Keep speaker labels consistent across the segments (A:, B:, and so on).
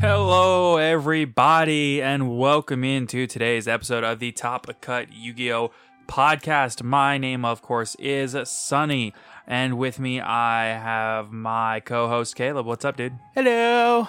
A: Hello, everybody, and welcome into today's episode of the Top Cut Yu Gi Oh! podcast. My name, of course, is Sunny, and with me I have my co host Caleb. What's up, dude?
B: Hello.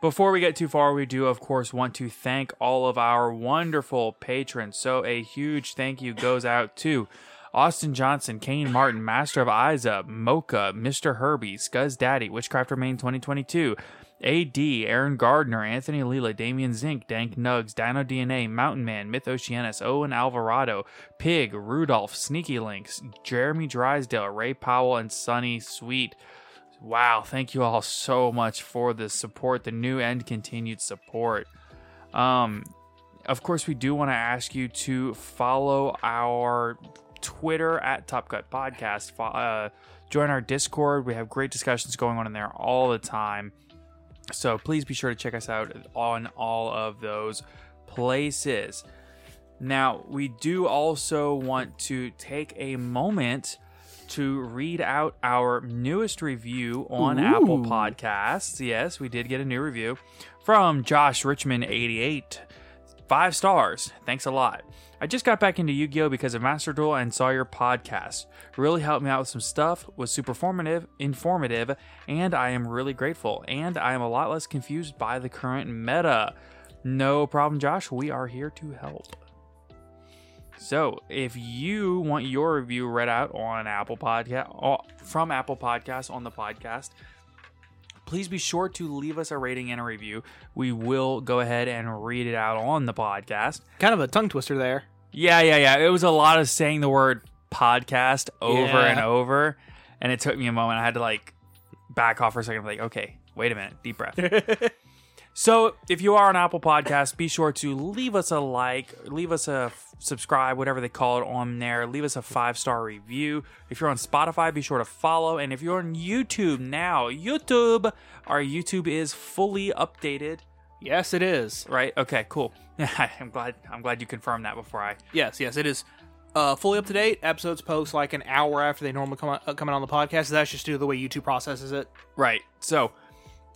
A: Before we get too far, we do, of course, want to thank all of our wonderful patrons. So, a huge thank you goes out to Austin Johnson, Kane Martin, Master of Isa, Mocha, Mr. Herbie, Scuzz Daddy, Witchcraft Remain 2022, AD, Aaron Gardner, Anthony Leela, Damian Zink, Dank Nugs, Dino DNA, Mountain Man, Myth Oceanus, Owen Alvarado, Pig, Rudolph, Sneaky Links, Jeremy Drysdale, Ray Powell, and Sunny Sweet. Wow, thank you all so much for the support, the new and continued support. Um, of course, we do want to ask you to follow our Twitter at Top Cut Podcast. Fo- Uh, join our Discord. We have great discussions going on in there all the time. So please be sure to check us out on all of those places. Now, we do also want to take a moment to read out our newest review on Apple Podcasts. Yes, we did get a new review from Josh Richmond 88. Five stars. Thanks a lot. I just got back into Yu Gi Oh! because of Master Duel and saw your podcast. Really helped me out with some stuff, was super formative, informative, and I am really grateful. And I am a lot less confused by the current meta. No problem, Josh. We are here to help. So, if you want your review read out on Apple Podcast from Apple Podcasts on the podcast, please be sure to leave us a rating and a review. We will go ahead and read it out on the podcast.
B: Kind of a tongue twister there.
A: Yeah, yeah, yeah. It was a lot of saying the word podcast over
B: Yeah.
A: and over, and it took me a moment. I had to like back off for a second. Like, okay, wait a minute, deep breath. So, if you are on Apple Podcast, be sure to leave us a like, leave us a f- subscribe, whatever they call it on there. Leave us a five star review. If you're on Spotify, be sure to follow. And if you're on YouTube now, YouTube, our YouTube is fully updated,
B: Yes, it is.
A: right? Okay, cool. I'm glad. I'm glad you confirmed that before I
B: Yes, yes, it is. Uh, fully up to date. Episodes post like an hour after they normally come out, uh, come out on the podcast. So that's just due to the way YouTube processes it.
A: Right. So,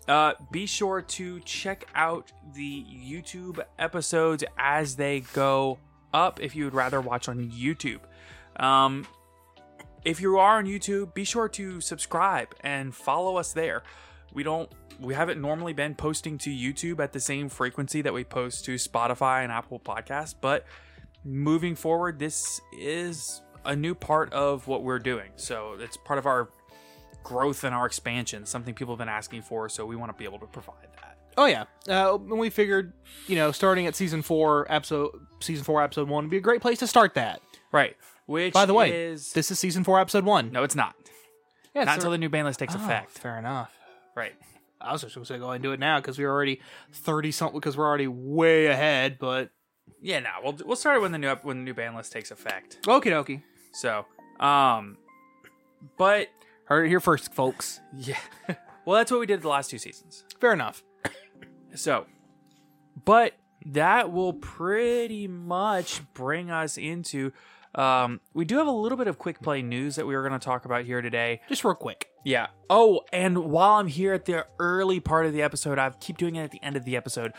A: uh, be sure to check out the YouTube episodes as they go up if you would rather watch on YouTube. Um, if you are on YouTube, be sure to subscribe and follow us there. We don't we haven't normally been posting to YouTube at the same frequency that we post to Spotify and Apple Podcasts, but moving forward, this is a new part of what we're doing. So, it's part of our growth and our expansion, something people have been asking for, so we want to be able to provide that.
B: Oh yeah. Uh, and we figured, you know, starting at season four, episode season four, episode one would be a great place to start that.
A: Right. Which
B: By the way,
A: is
B: this is season four, episode one.
A: No, it's not.
B: Yeah,
A: Not
B: so-
A: until the new ban list takes
B: Oh,
A: effect.
B: Fair enough.
A: Right.
B: I was just gonna say go ahead and do it now because we're already thirty something because we're already way ahead. But
A: Yeah, no, we'll we'll start it when the new up when the new ban list takes effect.
B: okie dokie,
A: So, um, but
B: heard it here first, folks.
A: yeah, well, that's what we did the last two seasons.
B: Fair enough.
A: So, but that will pretty much bring us into. Um, we do have a little bit of quick play news that we were going to talk about here today.
B: Just real quick.
A: Yeah. Oh, and while I'm here at the early part of the episode, I keep doing it at the end of the episode.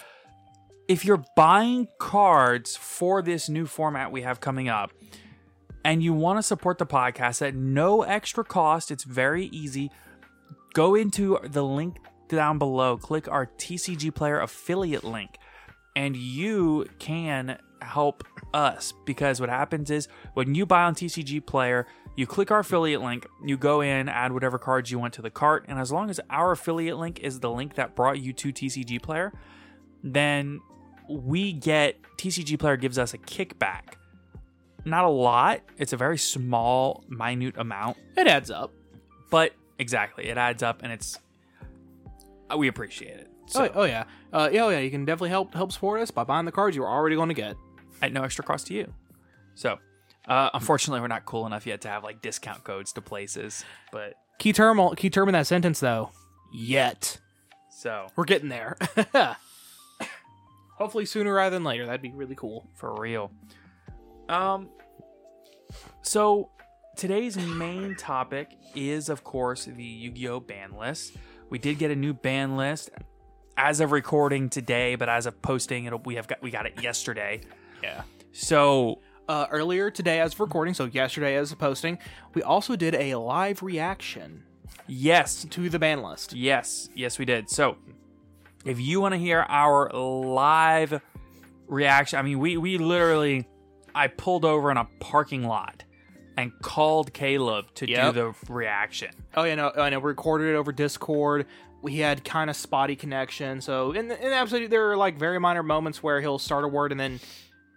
A: If you're buying cards for this new format we have coming up, and you want to support the podcast at no extra cost, it's very easy. Go into the link down below, click our TCG Player affiliate link, and you can help us because what happens is when you buy on TCG Player, you click our affiliate link, you go in, add whatever cards you want to the cart, and as long as our affiliate link is the link that brought you to TCG Player, then we get TCG Player gives us a kickback. Not a lot, it's a very small, minute amount,
B: It adds up.
A: but exactly, it adds up and it's uh, we appreciate it. So
B: oh, oh yeah, uh, yeah, oh yeah. You can definitely help help support us by buying the cards you were already going to get.
A: at no extra cost to you. So, uh, unfortunately, we're not cool enough yet to have like discount codes to places, but
B: Key term key term in that sentence though. Yet
A: so
B: we're getting there. Hopefully sooner rather than later. That'd be really cool.
A: for real. Um, so today's main topic is, of course, the Yu Gi Oh ban list. We did get a new ban list as of recording today, but as of posting, it'll, we have got we got it yesterday.
B: Yeah.
A: So
B: Uh, earlier today, as of recording, so yesterday as of posting, we also did a live reaction
A: yes,
B: to the ban list.
A: Yes, yes, we did. So, if you want to hear our live reaction, I mean, we we literally, I pulled over in a parking lot and called Caleb to
B: Yep.
A: do the reaction.
B: Oh yeah, no, I know. We recorded it over Discord. We had kind of spotty connection, so in the, in the episode there are like very minor moments where he'll start a word and then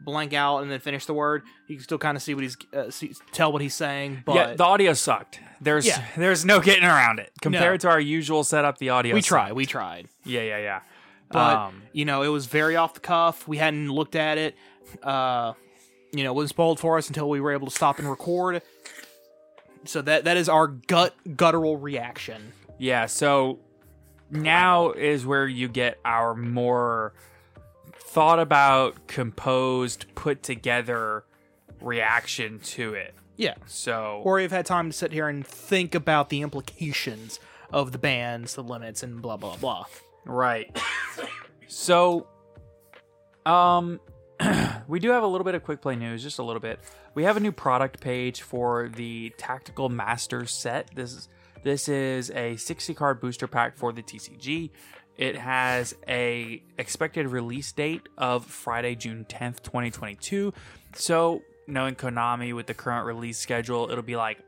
B: blank out and then finish the word. You can still kind of see what he's uh, see, tell what he's saying, but
A: yeah, the audio sucked. There's
B: Yeah.
A: there's no getting around it compared to our usual setup. The audio,
B: we
A: sucked.
B: tried, we tried.
A: Yeah, yeah, yeah.
B: but
A: Um,
B: you know it was very off the cuff we hadn't looked at it uh you know it was spoiled for us until we were able to stop and record so that that is our gut guttural reaction
A: Yeah, so now is where you get our more thought about, composed, put together reaction to it.
B: yeah
A: So
B: or we've had time to sit here and think about the implications of the bans the limits and blah blah blah
A: right. so um we do have a little bit of quick play news, just a little bit. We have a new product page for the Tactical Master set. This is this is a 60 card booster pack for the TCG. It has a expected release date of Friday, June 10th, 2022. So, knowing Konami with the current release schedule, it'll be like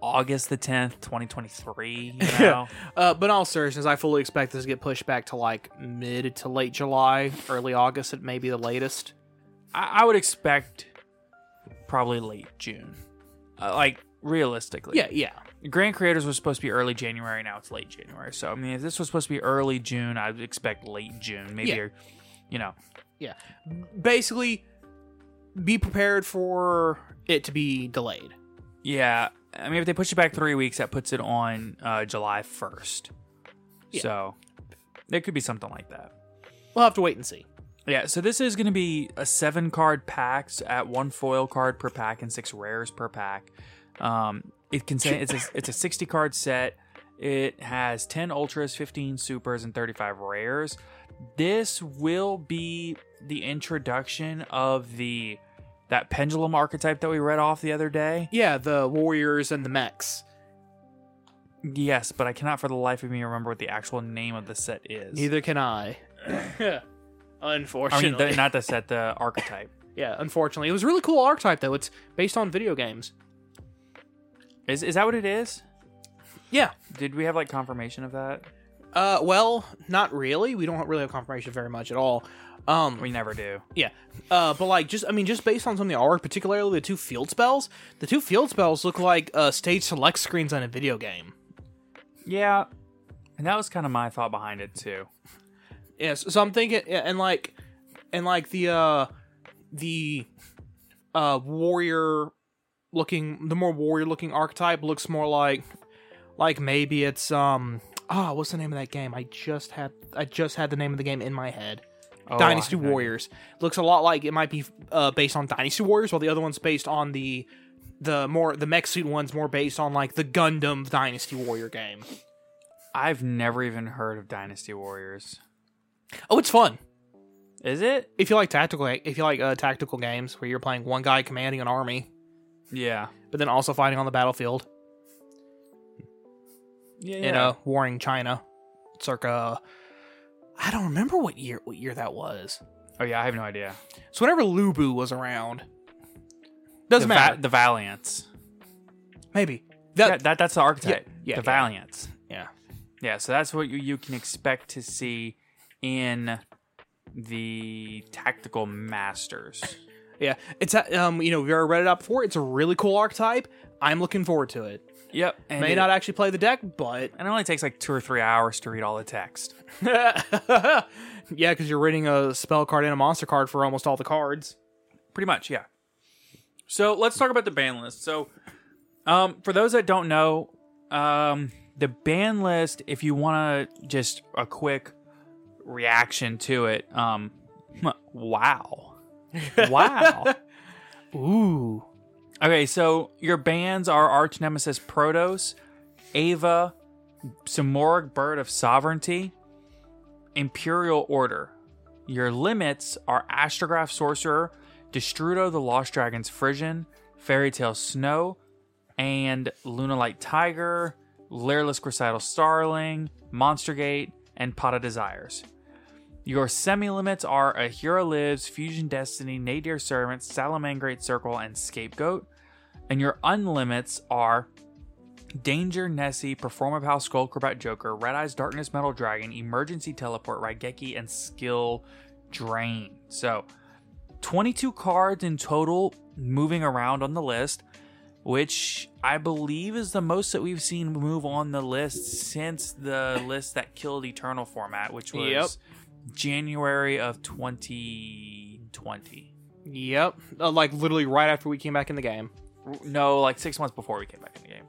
A: August the 10th, 2023, you know.
B: uh, but in all seriousness i fully expect this to get pushed back to like mid to late july early august at maybe the latest
A: I, I would expect probably late June, uh, like realistically.
B: yeah yeah
A: Grand Creators was supposed to be early January. Now it's late January. So I mean, if this was supposed to be early June, I'd expect late June, maybe.
B: Yeah.
A: Or, you know,
B: yeah basically be prepared for it to be delayed
A: yeah. I mean, if they push it back three weeks, that puts it on uh, July first.
B: Yeah.
A: So there could be something like that.
B: we'll have to wait and see
A: Yeah, so this is going to be a seven card packs at one foil card per pack and six rares per pack. Um, it contain it's a, it's a sixty card set. It has ten ultras, fifteen supers, and thirty five rares. This will be the introduction of the that pendulum archetype that we read off the other day.
B: yeah the warriors and the mechs
A: Yes, but I cannot for the life of me remember what the actual name of the set is.
B: neither can i
A: I mean,
B: unfortunately
A: the, not the set, the archetype.
B: yeah unfortunately it was a really cool archetype though it's based on video games
A: Is is that what it is?
B: yeah
A: Did we have like confirmation of that?
B: uh well not really we don't really have confirmation very much at all um
A: We never do.
B: Yeah, uh, but like just I mean just based on some of the artwork, particularly the two field spells, the two field spells look like uh, stage select screens on a video game.
A: Yeah. And that was kind of my thought behind it too.
B: Yes. So I'm thinking, yeah, and like, and like the uh the uh warrior looking, the more warrior looking archetype looks more like, like maybe it's um ah what's the name of that game? I just had I just had the name of the game in my head.
A: Oh,
B: Dynasty
A: I know.
B: Warriors looks a lot like it might be uh based on Dynasty Warriors, while the other one's based on the the more the mech suit one's more based on like the Gundam Dynasty Warrior game.
A: I've never even heard of Dynasty Warriors.
B: Oh, it's fun.
A: Is it?
B: if you like tactical if you like uh, tactical games where you're playing one guy commanding an army
A: Yeah.
B: but then also fighting on the battlefield
A: Yeah.
B: in a warring china circa i don't remember what year what year that was
A: oh yeah, I have no idea.
B: so whenever lubu was around doesn't
A: the,
B: matter
A: Va- the Valiants.
B: maybe
A: That,
B: that,
A: that that's the archetype.
B: yeah,
A: the
B: yeah.
A: Valiants.
B: yeah
A: Yeah, so that's what you, you can expect to see in the tactical masters.
B: yeah it's uh, um you know we already read it out before it's a really cool archetype i'm looking forward to it
A: Yep. And
B: may
A: it,
B: not actually play the deck but
A: and it only takes like two or three hours to read all the text.
B: yeah because you're reading a spell card and a monster card for almost all the cards
A: Pretty much, yeah. So let's talk about the ban list. So, um, for those that don't know, um, the ban list, if you want to just a quick reaction to it, um, wow. Wow.
B: ooh
A: Okay, so your bands are Arch Nemesis Protos, Ava, Samorg Bird of Sovereignty, Imperial Order. Your limits are Astrograph Sorcerer, Destrudo the Lost Dragon's Frisian, Fairy Tale Snow, and Lunalight Tiger, Lairless Grisidal Starling, Monster Gate, and Pot of Desires. Your semi limits are A Hero Lives, Fusion Destiny, Nadir Servant, Salaman Great Circle, and Scapegoat. And your unlimits are Danger, Nessie, Performer Pal, Skullcrobat Joker, Red Eyes, Darkness, Metal Dragon, Emergency Teleport, Raigeki, and Skill Drain. So 22 cards in total moving around on the list, which I believe is the most that we've seen move on the list since the list that killed Eternal format, which was.
B: Yep.
A: January of 2020.
B: Yep. Uh, like literally right after we came back in the game.
A: No, like six months before we came back in the game.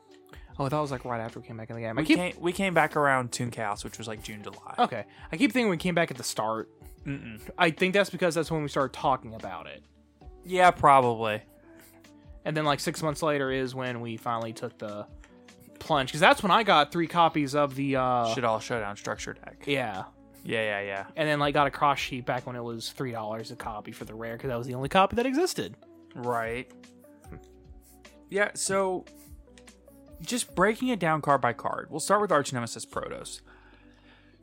B: Oh, that was like right after we came back in the game. I
A: We,
B: keep Oh.
A: came, we came back around Toon Chaos, which was like June, July.
B: okay. I keep thinking we came back at the start.
A: Mm-mm.
B: I think that's because that's when we started talking about it,
A: Yeah, probably.
B: and then like six months later is when we finally took the plunge because that's when I got three copies of the uh
A: Should all showdown structure deck.
B: yeah,
A: Yeah, yeah, yeah.
B: and then like got a cross sheet back when it was three dollars a copy for the rare because that was the only copy that existed.
A: Right. Yeah, so just breaking it down card by card, we'll start with Arch Nemesis Protos.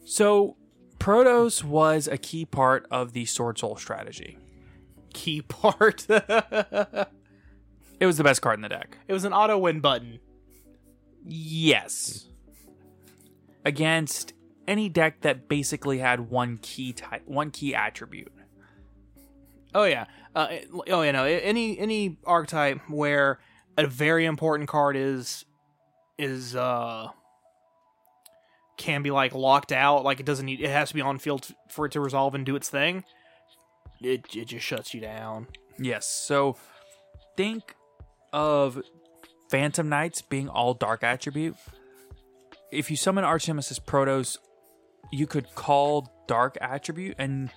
A: So, Protos was a key part of the Sword Soul strategy.
B: Key part. it
A: It was the best card in the deck.
B: was an auto win button.
A: Yes. Against any deck that basically had one key type, one key attribute.
B: Oh yeah. Uh, it- oh, you know, any any archetype where a very important card is is uh can be like locked out, like it doesn't need, it has to be on field f- for it to resolve and do its thing. It it just shuts you down.
A: Yes. So think of Phantom Knights being all dark attribute. If you summon Arch Nemesis Protos, you could call dark attribute and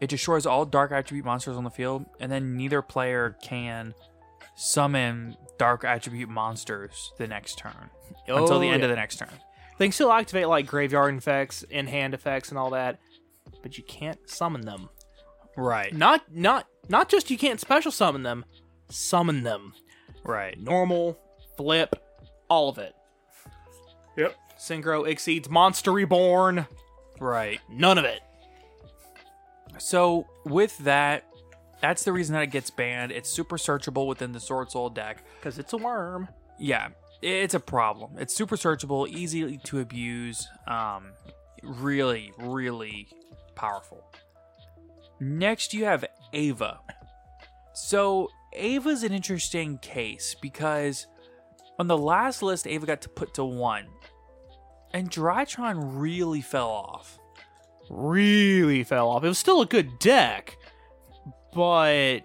A: it destroys all dark attribute monsters on the field, and then neither player can summon dark attribute monsters the next turn. until
B: Oh,
A: the end
B: yeah.
A: of the next turn.
B: They can still activate like graveyard effects, in hand effects, and all that, but you can't summon them.
A: Right.
B: Not not not just you can't special summon them, summon them.
A: Right.
B: normal, flip, all of it.
A: Yep.
B: Synchro exceeds Monster Reborn,
A: Right.
B: none of it.
A: So with that, that's the reason that it gets banned. It's super searchable within the Sword Soul deck.
B: Because it's a worm.
A: Yeah, it's a problem. It's super searchable, easy to abuse. Um, really, really powerful. Next, you have Ava. So Ava's an interesting case because on the last list, Ava got to put to one. And Drytron really fell off.
B: really fell off. It was still a good deck, but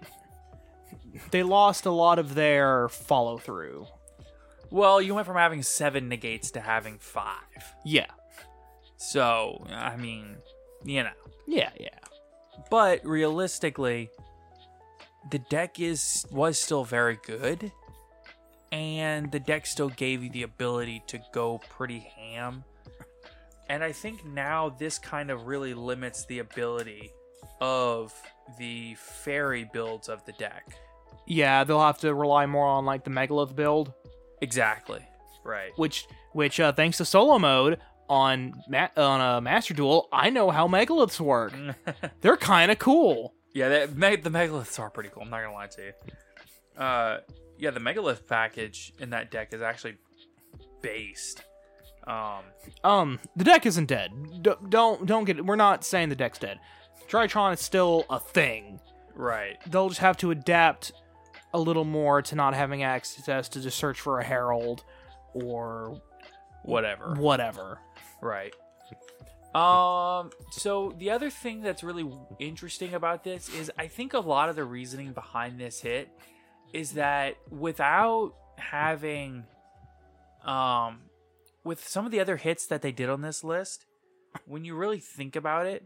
B: they lost a lot of their follow through.
A: Well, you went from having seven negates to having five.
B: Yeah.
A: So, I mean, you know.
B: Yeah, yeah.
A: But realistically, the deck is was still very good, and the deck still gave you the ability to go pretty ham. And I think now this kind of really limits the ability of the fairy builds of the deck.
B: Yeah, they'll have to rely more on like the Megalith build,
A: Exactly. Right.
B: which which uh, thanks to solo mode on ma- on a master duel, I know how Megaliths work.
A: Mm.
B: They're kind of cool.
A: Yeah, that, meg- the megaliths are pretty cool. I'm not gonna lie to you. Uh, yeah, the megalith package in that deck is actually based. Um,
B: Um, the deck isn't dead. D- don't don't get. We're not saying the deck's dead. Drytron is still a thing.
A: right.
B: they'll just have to adapt a little more to not having access to just search for a herald or
A: Whatever.
B: whatever.
A: Right. Um, so the other thing that's really interesting about this is I think a lot of the reasoning behind this hit is that without having um with some of the other hits that they did on this list, when you really think about it,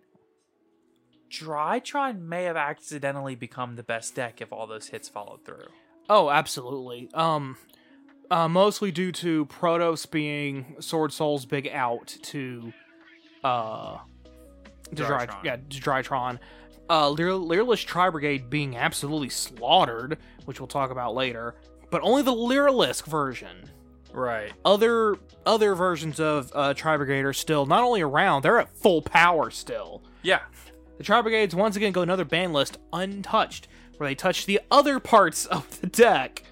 A: Drytron may have accidentally become the best deck if all those hits followed through.
B: Oh, absolutely. Um uh, mostly due to Protos being Sword Soul's big out to uh to Dry-
A: Drytron.
B: yeah, to Drytron. Uh Lear- Learless Tri Brigade being absolutely slaughtered, which we'll talk about later, but only the Learlisk version.
A: Right.
B: other other versions of uh, Tri Brigade are still not only around, they're at full power still.
A: Yeah.
B: The Tri Brigades once again go another ban list untouched, where they touch the other parts of the deck.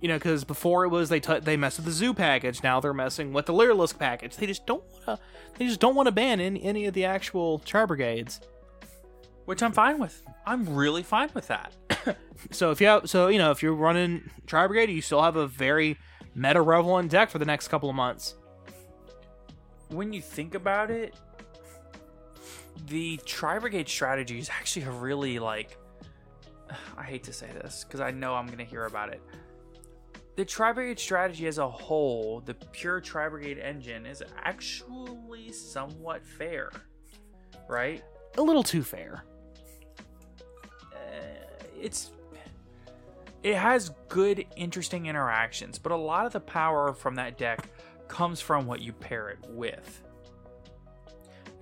B: You know, because before it was they tou they messed with the zoo package, now they're messing with the Lyrilisk package. They just don't want to. They just don't want to ban any, any of the actual Tri Brigades.
A: Which I'm fine with. I'm really fine with that.
B: So if you have, so you know if you're running Tri Brigade, you still have a very meta relevant deck for the next couple of months.
A: when you think about it, the Tri Brigade strategy is actually a really like. I hate to say this because I know I'm going to hear about it. The Tri Brigade strategy as a whole, the pure Tri Brigade engine, is actually somewhat fair, right?
B: A little too fair.
A: it's it has good interesting interactions but a lot of the power from that deck comes from what you pair it with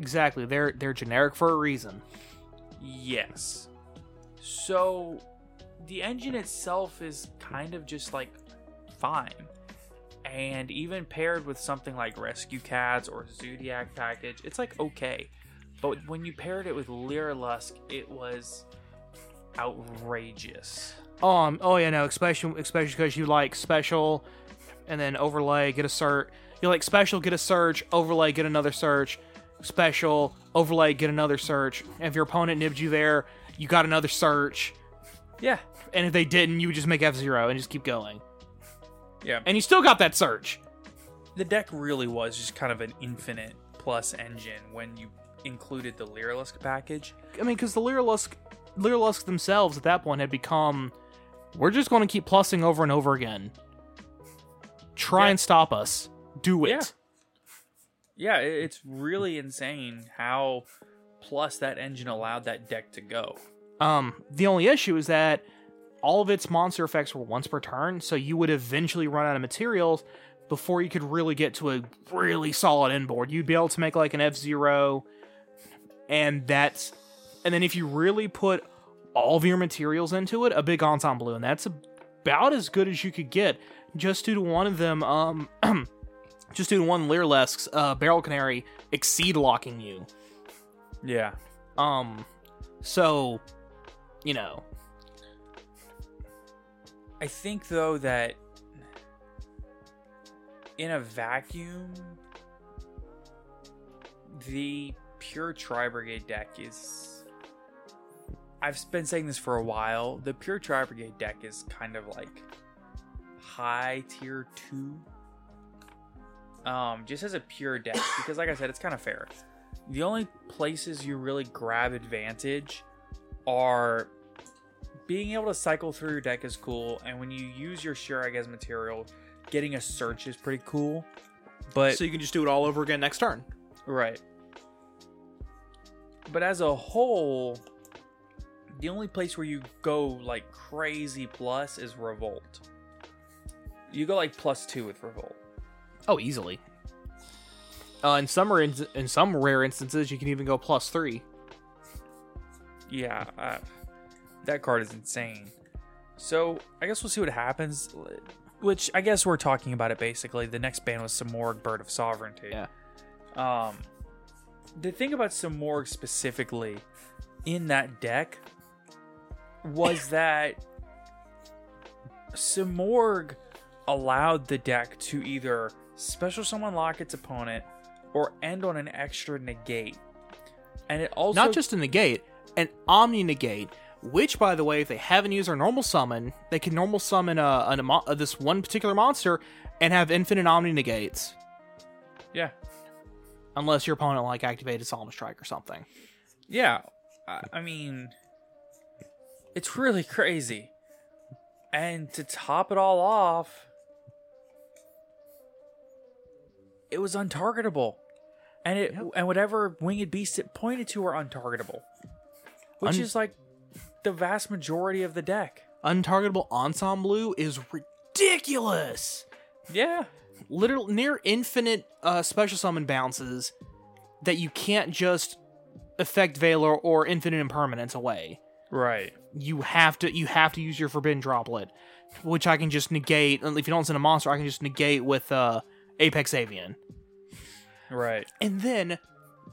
B: Exactly. They're they're generic for a reason.
A: Yes. So the engine itself is kind of just like fine. And even paired with something like Rescue Cats or Zodiac Package, it's like okay. But when you paired it with Lyrlusk, it was outrageous.
B: Um. Oh yeah. No. Especially especially because you like special, and then overlay get a search. You like special get a search. Overlay get another search. Special overlay get another search. And if your opponent nibbed you there, you got another search.
A: Yeah.
B: And if they didn't, you would just make F zero and just keep going.
A: Yeah.
B: And you still got that search.
A: the deck really was just kind of an infinite plus engine when you included the Lyrlusk package.
B: I mean, because the Lyrilisk, Lyrilisk themselves at that point had become, we're just going to keep plussing over and over again. Try
A: Yeah.
B: and stop us. Do it.
A: Yeah. yeah, i- it's really insane how plus that engine allowed that deck to go.
B: Um, the only issue is that all of its monster effects were once per turn, so you would eventually run out of materials before you could really get to a really solid inboard. You'd be able to make like an F zero, and that's and then if you really put all of your materials into it, a big ensemble, and that's about as good as you could get just due to one of them. Um, just due to one Lyrlesk's uh, Barrel Canary exceed locking you.
A: Yeah.
B: Um, so you know.
A: I think though that in a vacuum the pure tri brigade deck is I've been saying this for a while. The pure tri brigade deck is kind of like high tier 2 um, just as a pure deck because, like I said, it's kind of fair. The only places you really grab advantage are being able to cycle through your deck is cool, and when you use your Shurag as material, getting a search is pretty cool. But
B: so you can just do it all over again next turn.
A: Right. But as a whole, the only place where you go like crazy plus is Revolt. You go like plus two with Revolt.
B: Oh, easily. Uh, in some rare ins- in some rare instances, you can even go plus three.
A: Yeah, uh, that card is insane. So I guess we'll see what happens. Which I guess we're talking about it basically. The next ban was Samorg Bird of Sovereignty.
B: Yeah.
A: Um, the thing about Samorg specifically in that deck was that Samorg allowed the deck to either special summon lock its opponent or end on an extra negate. And it also
B: Not just a negate, an omni negate. Which, by the way, if they haven't used their normal summon, they can normal summon uh, an, amo- uh, this one particular monster and have infinite omni negates,
A: yeah
B: unless your opponent like activated Solemn Strike or something.
A: Yeah, I, I mean, it's really crazy. And to top it all off, it was untargetable, and it and whatever winged beasts it pointed to were untargetable, which
B: Un-
A: is like the vast majority of the deck.
B: Untargetable Ensemble is ridiculous.
A: Yeah,
B: literal near infinite uh, special summon bounces that you can't just affect Valor or infinite impermanence away.
A: right.
B: You have to you have to use your forbidden droplet, which I can just negate. If you don't send a monster, I can just negate with uh, Apex Avian.
A: Right.
B: And then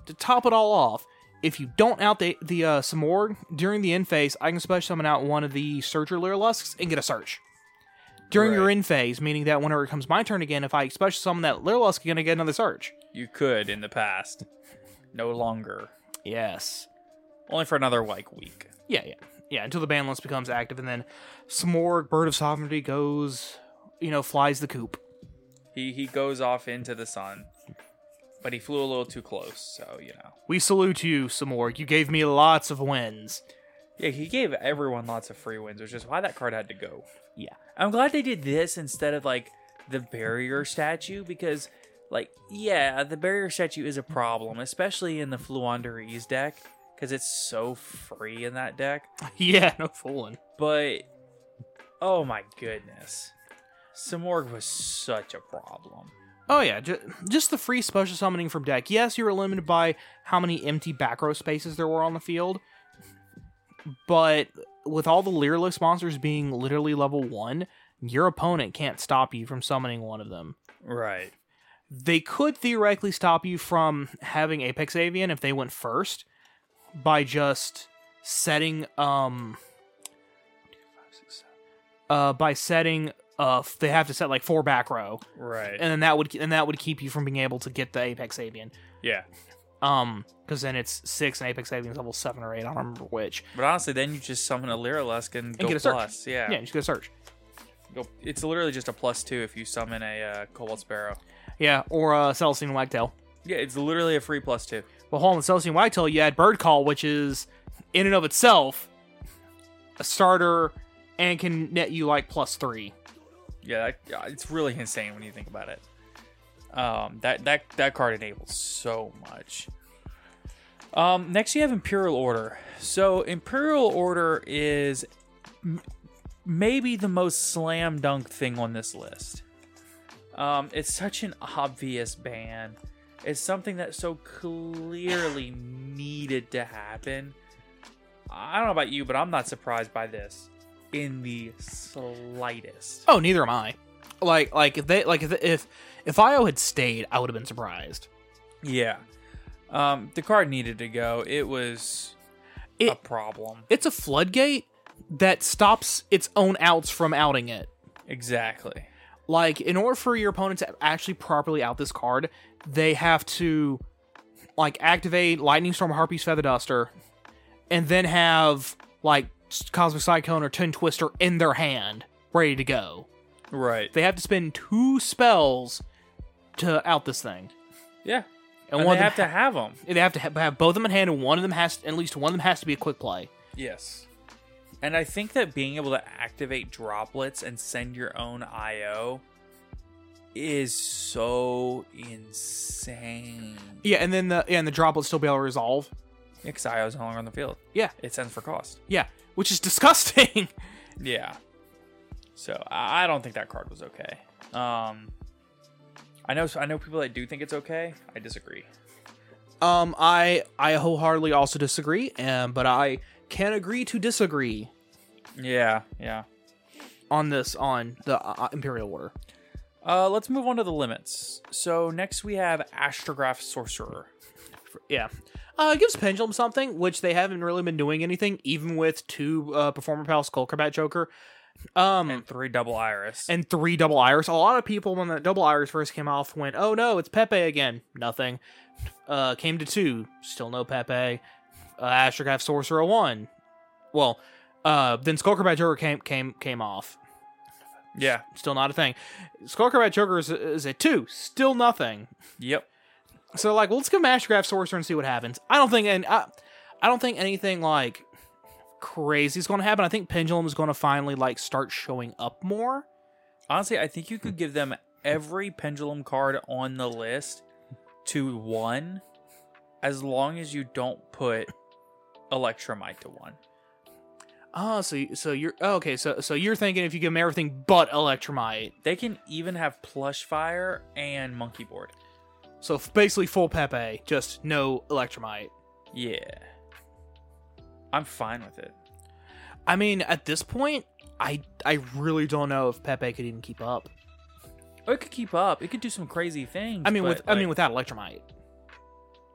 B: to top it all off, if you don't out the the uh, Samorg during the end phase, I can special summon out one of the Searcher Lyrlusks and get a search. During your
A: Right.
B: end phase, meaning that whenever it comes my turn again, if I special summon that Lyrlusk, I'm gonna get another search.
A: You could in the past, no longer.
B: Yes.
A: Only for another like week.
B: Yeah, yeah. Yeah, until the ban list becomes active and then Smorg, Bird of Sovereignty goes, you know, flies the coop.
A: He he goes off into the sun, but he flew a little too close, so you know.
B: We salute you, Smorg. You gave me lots of wins.
A: Yeah, he gave everyone lots of free wins, which is why that card had to go.
B: Yeah.
A: I'm glad they did this instead of like the barrier statue because, like, yeah, the barrier statue is a problem, especially in the Fluanderese deck because it's so free in that deck.
B: yeah, no fooling.
A: But oh my goodness, Samorg was such a problem.
B: Oh yeah, ju- just the free special summoning from deck. Yes, you were limited by how many empty back row spaces there were on the field, but with all the Leerless monsters being literally level one, your opponent can't stop you from summoning one of them.
A: Right.
B: They could theoretically stop you from having Apex Avian if they went first by just setting um uh by setting uh f- they have to set like four back row
A: Right.
B: and then that would and that would keep you from being able to get the apex avian
A: yeah.
B: um because then it's six and apex avian's level seven or eight i don't remember which
A: But honestly, then you just summon a Lyrilisk and, go
B: get a search.
A: plus. Yeah.
B: yeah, just go search
A: Go, it's literally just a plus two if you summon a uh, Cobalt Sparrow.
B: yeah or uh celestine wagtail
A: Yeah, it's literally a free plus two.
B: well hold on celestine wagtail you add bird call which is in and of itself a starter and can net you like plus three
A: Yeah, that, yeah, it's really insane when you think about it. Um, that that that card enables so much. Um, next you have Imperial Order. So Imperial Order is m- maybe the most slam dunk thing on this list. Um, it's such an obvious ban. It's something that so clearly needed to happen. I don't know about you, but I'm not surprised by this in the slightest.
B: oh neither am i like like if they like if if, if io had stayed i would have been surprised
A: Yeah. Um, the card needed to go. It was a
B: It-
A: problem.
B: it's a floodgate that stops its own outs from outing it
A: Exactly.
B: like in order for your opponent to actually properly out this card they have to like activate lightning storm harpy's feather duster and then have like s- cosmic cyclone or tin twister in their hand ready to go
A: Right.
B: they have to spend two spells to out this thing.
A: Yeah. And,
B: And
A: we
B: one of
A: they
B: them
A: have to
B: ha-
A: have them.
B: They have to ha- have both of them in hand, and one of them has at least one of them has to be a quick play.
A: Yes. And I think that being able to activate droplets and send your own IO is so insane.
B: Yeah, and then the yeah, and the droplets still be able to resolve.
A: Because IO is no longer on the field.
B: Yeah,
A: It sends for cost.
B: yeah, which is disgusting.
A: Yeah. So I I don't think that card was okay. Um, I know I know people that do think it's okay. I disagree.
B: um, I I wholeheartedly also disagree, um, but I can agree to disagree
A: Yeah, yeah.
B: on this on the uh, Imperial Order.
A: Uh, let's move on to the limits. So next we have Astrograph Sorcerer.
B: Yeah. Uh, it gives Pendulum something, which they haven't really been doing anything, even with two uh, Performer Pal Skullcrabat Joker. Um,
A: and three double iris.
B: and three double iris. A lot of people when that double iris first came off went, "Oh no, it's Pepe again." Nothing. Uh, came to two, still no Pepe. Uh, Astrograph Sorcerer one. Well, uh, then Skullcrabat Joker came came came off.
A: yeah.
B: Still not a thing. Skullcrabat Joker is, is at two, still nothing.
A: Yep.
B: So like, well, let's give him Astrograph Sorcerer and see what happens. I don't think and I, I don't think anything like crazy is going to happen. I think Pendulum is going to finally like start showing up more.
A: Honestly, I think you could give them every pendulum card on the list to one, as long as you don't put Electromite to one.
B: Oh, so you- so you're oh, okay. So so you're thinking if you give them everything but Electromite,
A: They can even have Plush Fire and Monkey Board.
B: so f- basically full Pepe, just no Electromite.
A: Yeah. I'm fine with it.
B: I mean, at this point, I I really don't know if Pepe could even keep up.
A: Oh, it could keep up. It could do some crazy things.
B: I mean,
A: but,
B: with I
A: like,
B: mean without Electromite.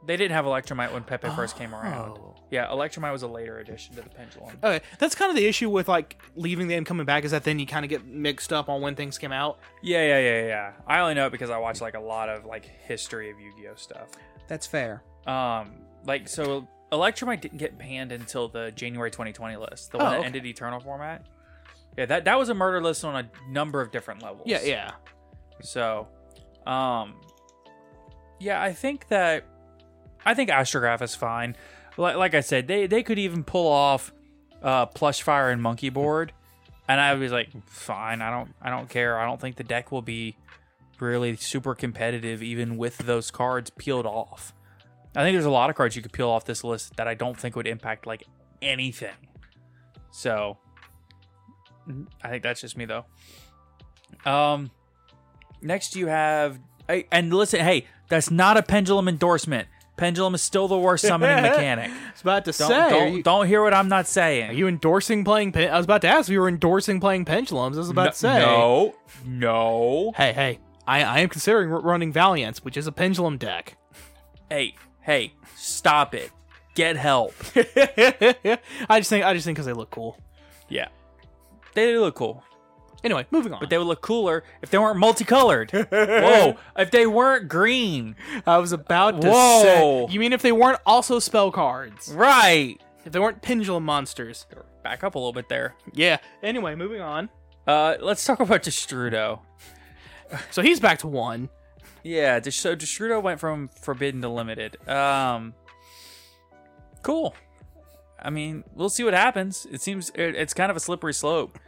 A: they didn't have Electromite when Pepe first came around.
B: Oh.
A: Yeah, Electromite was a later addition to the pendulum.
B: Okay, that's kind of the issue with like leaving them coming back is that then you kind of get mixed up on when things came out.
A: Yeah, yeah, yeah, yeah. I only know it because I watch like a lot of like history of Yu-Gi-Oh stuff.
B: That's fair.
A: Um, like so, Electromite didn't get banned until the January 2020 list, the one
B: Oh,
A: that
B: okay.
A: ended Eternal format. Yeah, that that was a murder list on a number of different levels.
B: Yeah, yeah.
A: So, um, yeah, I think that I think Astrograph is fine. Like, like I said, they they could even pull off uh, plush fire and monkey board, and I was like, fine. I don't I don't care. I don't think the deck will be really super competitive even with those cards peeled off. I think there's a lot of cards you could peel off this list that I don't think would impact like anything. So I think that's just me though. Um next you have I, and listen, hey, that's not a pendulum endorsement. Pendulum is still the worst summoning mechanic.
B: It's about to
A: Don't
B: say.
A: don't,
B: are you,
A: don't hear what I'm not
B: are
A: saying.
B: you endorsing playing? Pen- I was about to ask if you were endorsing playing pendulums. I was about
A: no,
B: to say.
A: no. No.
B: Hey, hey, I, I am considering r- running Valiance, which is a pendulum deck.
A: Hey, hey, stop it. Get help.
B: I just think I just think because they look cool.
A: Yeah. They look cool.
B: Anyway, moving on.
A: But they would look cooler if they weren't multicolored. Whoa. If they weren't green.
B: I was about to
A: Whoa.
B: say. You mean if they weren't also spell cards?
A: Right.
B: If they weren't pendulum monsters?
A: Back up a little bit there.
B: Yeah. Anyway, moving on.
A: Uh, let's talk about Destrudo.
B: So he's back to one.
A: Yeah, Des- so Destrudo went from forbidden to limited. Um, cool. I mean, we'll see what happens. It seems it, it's kind of a slippery slope.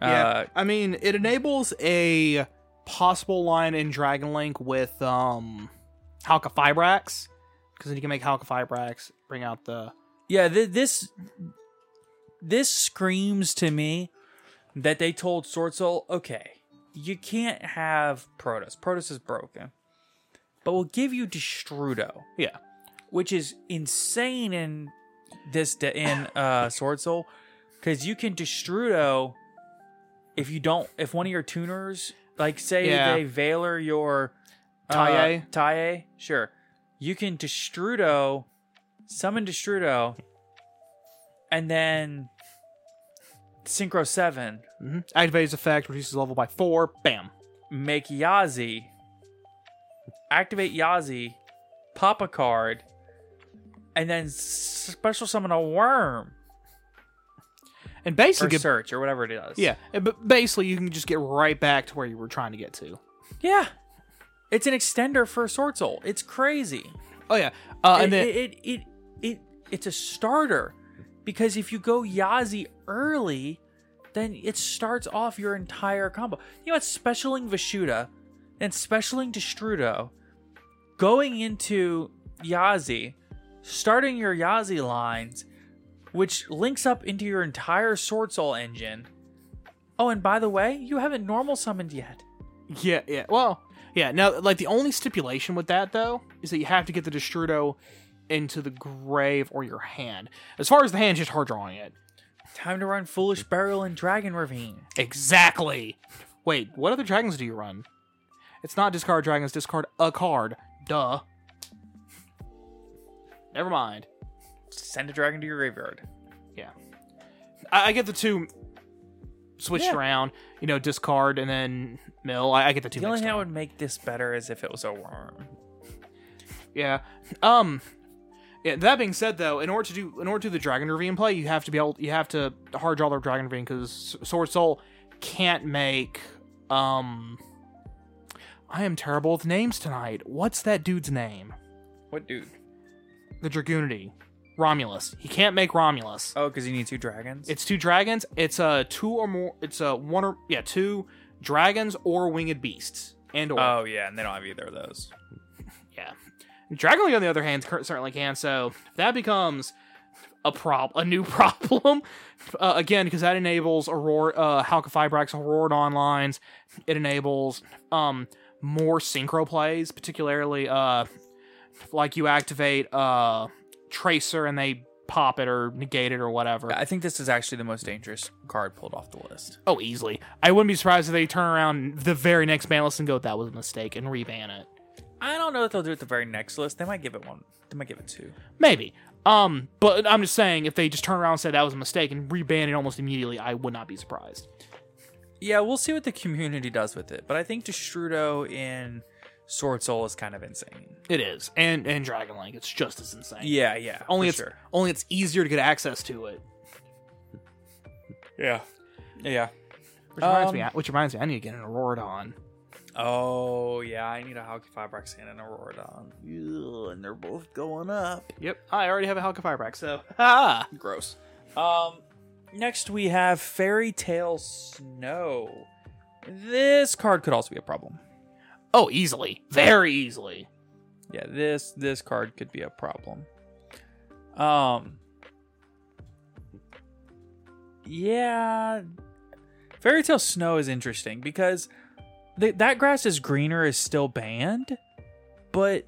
A: Uh,
B: I mean, it enables a possible line in Dragon Link with um Halka Fibrax. Because then you can make Halka Fibrax bring out the
A: yeah th- this this screams to me that they told Sortzel, okay, you can't have Protoss. Protoss is broken, but we'll give you Destrudo,
B: Yeah.
A: which is insane in this de- in uh, Swordsoul because you can Destrudo if you don't if one of your tuners like say
B: Yeah.
A: they Valor your
B: Taiye?
A: uh, Taiye, sure, you can Destrudo summon Destrudo and then Synchro 7,
B: Mhm. activates effect, reduces level by four, bam.
A: make Yazi, activate Yazi, pop a card, and then special summon a worm
B: And
A: or
B: basically get-
A: search or whatever it is.
B: Yeah, but basically you can just get right back to where you were trying to get to.
A: Yeah. It's an extender for Sortzel. It's crazy.
B: Oh yeah, uh,
A: it,
B: and then
A: it, it, it it it's a starter because if you go Yazi early, then it starts off your entire combo. You know, it's specialing Vishuda and specialing Destrudo, going into Yazi, starting your Yazi lines, which links up into your entire Sword Soul engine. Oh, and by the way, you haven't normal summoned yet.
B: yeah, yeah. Well, yeah. Now, like the only stipulation with that though is that you have to get the Destrudo into the grave or your hand. As far as the hand, just hard drawing it.
A: Time to run Foolish Burial and Dragon Ravine.
B: Exactly. Wait, what other dragons do you run? It's not discard dragons. Discard a card. Duh. Never mind.
A: Send a dragon to your graveyard.
B: Yeah. I, I get the two switched
A: Yeah.
B: around, you know, discard and then mill. I, I get the two
A: The only
B: mixed
A: thing that
B: up.
A: would make this better is if it was a worm.
B: Yeah. Um yeah, that being said though, in order to do in order to do the Dragon Ravine play, you have to be able you have to hard draw the Dragon Ravine because Sword Soul can't make um I am terrible with names tonight. What's that dude's name?
A: What dude?
B: The Dragoonity. Romulus. He can't make Romulus.
A: Oh, because you need two dragons.
B: It's two dragons. It's uh two or more. It's uh one or yeah two dragons or winged beasts and or
A: oh yeah, and they don't have either of those.
B: yeah. Dragon League on the other hand cur- certainly can. So if that becomes a prob a new problem uh, again because that enables Aurora uh, Halka Fibrex Aurora Onlines. It enables um more synchro plays, particularly uh like you activate uh Tracer and they pop it or negate it or whatever.
A: I think this is actually the most dangerous card pulled off the list.
B: Oh, easily. I wouldn't be surprised if they turn around the very next ban list and go, "That was a mistake," and reban it.
A: I don't know if they'll do it the very next list. They might give it one. They might give it two.
B: Maybe. Um, but I'm just saying, if they just turn around and say that was a mistake and reban it almost immediately, I would not be surprised.
A: Yeah, we'll see what the community does with it. But I think Destrudo in Sword Soul is kind of insane.
B: It is, and and Dragon Link, it's just as insane.
A: Yeah, yeah.
B: Only
A: for
B: it's
A: sure.
B: only it's easier to get access to it.
A: yeah, yeah.
B: Which reminds me,
A: Um,
B: I- which reminds me, I need to get an Auroradon.
A: Oh yeah, I need a Hockey Fibrex and an Auroradon. Ew, and they're both going up.
B: Yep, I already have a Halka Firebrack, so ah,
A: Gross. Um, next we have Fairy Tale Snow. This card could also be a problem.
B: oh, easily, very easily.
A: Yeah, this this card could be a problem. Um, yeah, Fairy Tale Snow is interesting because th- that grass is greener is still banned, but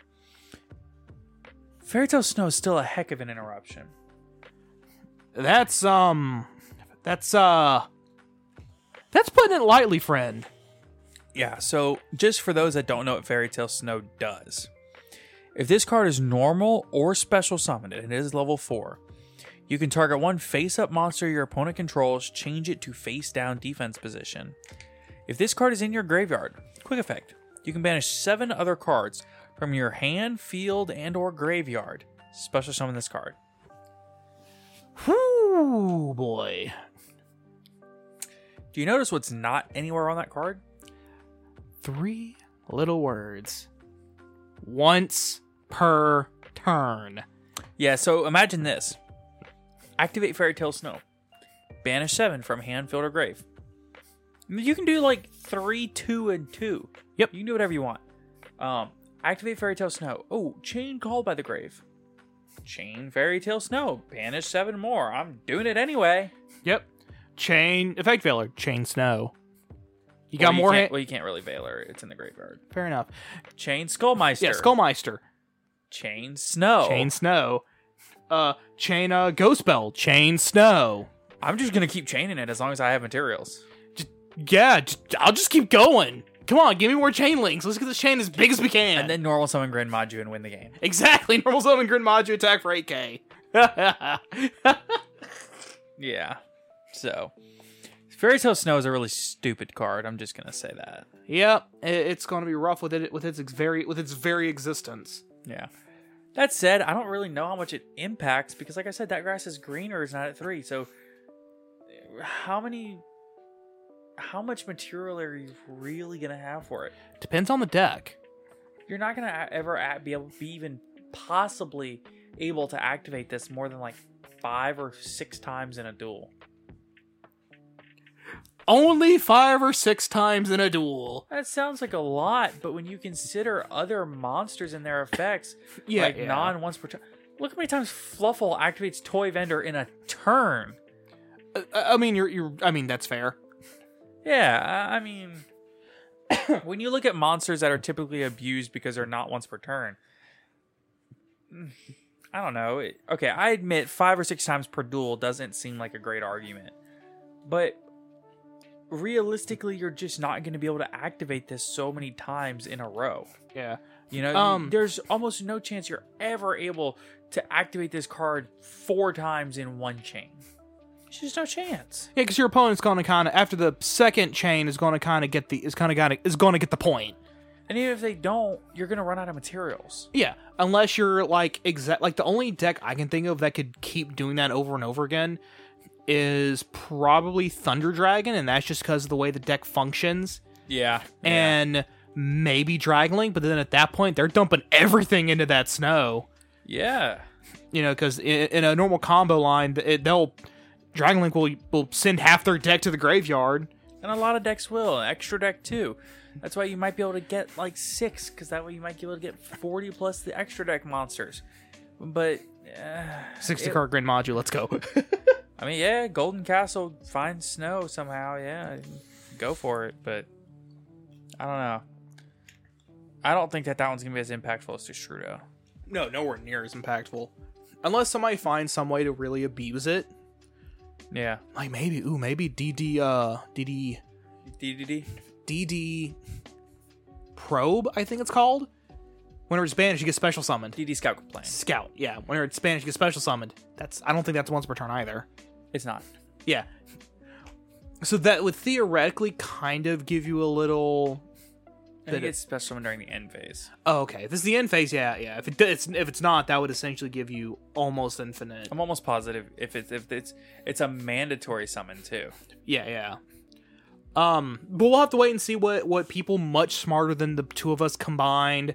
A: Fairy Tale Snow is still a heck of an interruption.
B: That's um, that's uh, that's putting it lightly, friend.
A: Yeah, so just for those that don't know what Fairy Tale Snow does, if this card is normal or special summoned, and it is level 4, you can target one face up monster your opponent controls, change it to face down defense position. If this card is in your graveyard, quick effect, you can banish 7 other cards from your hand, field, and or graveyard. Special summon this card.
B: Whoo boy.
A: Do you notice what's not anywhere on that card?
B: Three little words. Once per turn.
A: Yeah, so imagine this. Activate Fairy Tale Snow. Banish seven from hand, field, or grave. I mean, You can do like three, two, and two.
B: Yep.
A: You can do whatever you want. Um, activate Fairy Tale Snow. Oh, chain called by the grave. Chain Fairy Tale Snow. Banish seven more. I'm doing it anyway.
B: Yep. Chain effect veiler. Chain snow. You
A: Well,
B: got more
A: can't-
B: hit.
A: Well, you can't really Veiler. It's in the graveyard.
B: Fair enough.
A: Chain Skullmeister.
B: Yeah, Skullmeister.
A: Chain Snow.
B: Chain snow. Uh chain uh ghost bell. Chain snow.
A: I'm just gonna keep chaining it as long as I have materials.
B: Just, yeah, just, I'll just keep going. Come on, give me more chain links. Let's get this chain as big as we can.
A: And then normal summon Grand Maju and win the game.
B: exactly normal zone and grin Maju attack for 8k.
A: Yeah. So, Fairy Tale Snow is a really stupid card. I'm just gonna say that.
B: Yep, i- it's going to be rough with it with its ex- very with its very existence.
A: Yeah. That said, I don't really know how much it impacts because, like I said, that grass is greener is not at three. So, how many how much material are you really gonna have for it?
B: Depends on the deck.
A: You're not gonna a- ever a- be able be even possibly able to activate this more than like five or six times in a duel.
B: Only five or six times in a duel.
A: That sounds like a lot, but when you consider other monsters and their effects,
B: Yeah,
A: like
B: yeah.
A: non once per turn. Look how many times Fluffle activates Toy Vendor in a turn.
B: Uh, I mean, you're you're. I mean, that's fair.
A: Yeah, I, I mean, when you look at monsters that are typically abused because they're not once per turn, mm, I don't know. It- okay, I admit five or six times per duel doesn't seem like a great argument, but realistically, you're just not going to be able to activate this so many times in a row.
B: Yeah.
A: You know,
B: Um,
A: there's almost no chance you're ever able to activate this card four times in one chain. There's just no chance.
B: Yeah, because your opponent's going to kind of after the second chain is going to kind of get the is kind of got is going to get the point.
A: And even if they don't, you're gonna run out of materials.
B: Yeah, unless you're like exact like the only deck I can think of that could keep doing that over and over again is probably Thunder Dragon, and that's just because of the way the deck functions
A: Yeah.
B: and maybe Dragonlink. But then at that point, they're dumping everything into that snow,
A: yeah.
B: you know, because in, in a normal combo line, th- it, they'll Dragonlink will will send half their deck to the graveyard.
A: And a lot of decks will, an extra deck too. That's why you might be able to get like six, because that way you might be able to get 40 plus the extra deck monsters. But, uh,
B: Sixty card Grand Module, let's go.
A: I mean, yeah, Golden Castle finds snow somehow. Yeah, go for it. But I don't know. I don't think that that one's gonna be as impactful as Destrudo.
B: no, nowhere near as impactful, unless somebody finds some way to really abuse it.
A: Yeah.
B: like maybe ooh maybe DD uh DD
A: DDD.
B: DD probe I think it's called. Whenever it's banished, you get special summoned.
A: DD Scout complaint.
B: Scout, yeah. Whenever it's banished, you get special summoned. That's I don't think that's once per turn either.
A: It's not.
B: Yeah. So that would theoretically kind of give you a little.
A: I think
B: it-
A: it's special summon during the end phase.
B: Oh, okay, if this is the end phase. Yeah, yeah. If it d- it's if it's not, that would essentially give you almost infinite.
A: I'm almost positive if it's if it's it's a mandatory summon too.
B: Yeah, yeah. Um, but we'll have to wait and see what what people much smarter than the two of us combined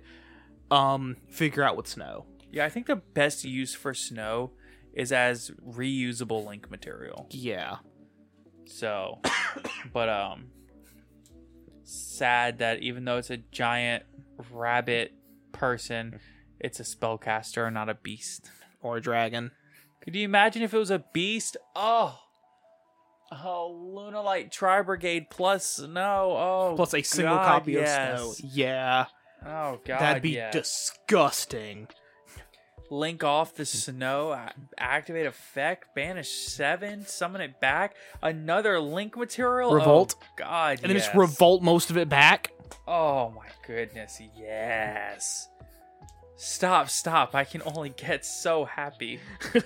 B: um figure out with snow.
A: Yeah, I think the best use for snow is as reusable link material.
B: Yeah.
A: So, but um, sad that even though it's a giant rabbit person, it's a spellcaster and not a beast.
B: Or a dragon.
A: Could you imagine if it was a beast? Oh, oh, Lunalight Tri Brigade plus snow. Oh,
B: Plus a single
A: God,
B: copy
A: yes.
B: of snow. Yeah.
A: Oh god,
B: that'd be
A: yes.
B: disgusting.
A: link off the snow, a- activate effect, banish seven, summon it back, another link material.
B: Revolt.
A: Oh, God,
B: And then
A: yes.
B: just revolt most of it back.
A: Oh my goodness, yes. Stop, stop! I can only get so happy. I,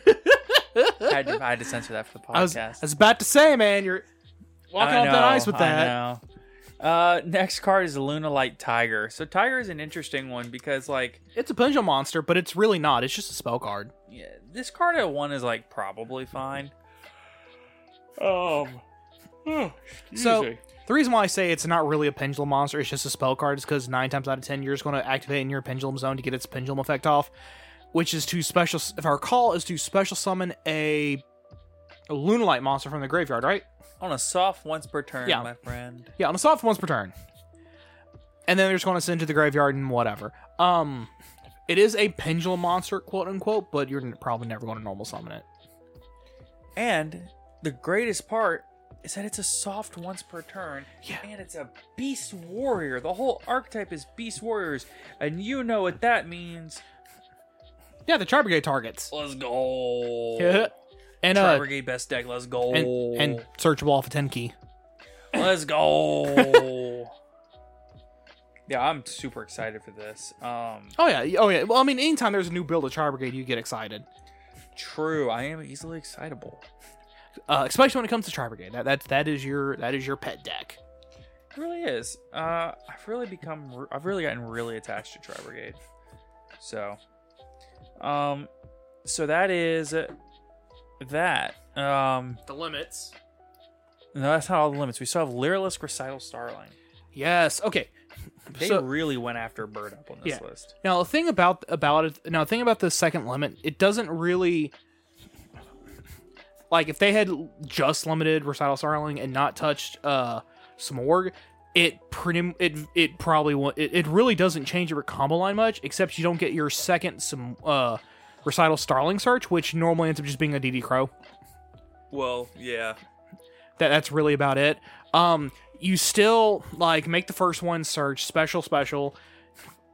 A: had to, I had to censor that for the podcast.
B: I was, I was about to say, man, you're walking
A: I
B: off that
A: know,
B: ice with
A: I
B: that.
A: know. Uh, next card is Lunalite Tiger. So Tiger is an interesting one because like
B: It's a pendulum monster, but it's really not. It's just a spell card.
A: yeah, this card at one is like probably fine. Um,
B: So the reason why I say it's not really a pendulum monster, it's just a spell card, is because nine times out of ten you're just going to activate in your pendulum zone to get its pendulum effect off, which is to special. If I recall, is to special summon a, a lunalite monster from the graveyard, right?
A: on a soft once per turn,
B: Yeah.
A: my friend.
B: Yeah, on a soft once per turn, and then they're just going to send to the graveyard and whatever. Um, it is a pendulum monster, quote unquote, but you're probably never going to normal summon it.
A: And the greatest part is that it's a soft once per turn,
B: Yeah.
A: and it's a beast warrior. The whole archetype is beast warriors, and you know what that means.
B: Yeah, the Tri Brigade targets.
A: Let's go.
B: and
A: Tri
B: uh,
A: Brigade best deck. Let's go.
B: and and searchable off a ten key.
A: Let's go. yeah, I'm super excited for this. Um,
B: Oh yeah, oh yeah. Well, I mean, anytime there's a new build of Char Brigade, you get excited,
A: true. I am easily excitable.
B: uh, especially when it comes to Char Brigade. That, that that is your that is your pet deck.
A: It really is. Uh, I've really become. I've really gotten really attached to Tri Brigade. So, um, so that is that. Um,
B: The limits.
C: No, that's not all the limits. We still have Lyrilisk, Recital, Starling.
B: Yes. Okay.
C: They
B: So-
C: really went after Bird Up on this list.
B: Now the thing about about it now the thing about the second limit, it doesn't really like if they had just limited recital starling and not touched uh smorg, it pretty it it probably wa- it, it really doesn't change your combo line much, except you don't get your second some uh recital starling search, which normally ends up just being a DD crow.
A: Well, yeah.
B: that that's really about it. Um, you still like make the first one search special special.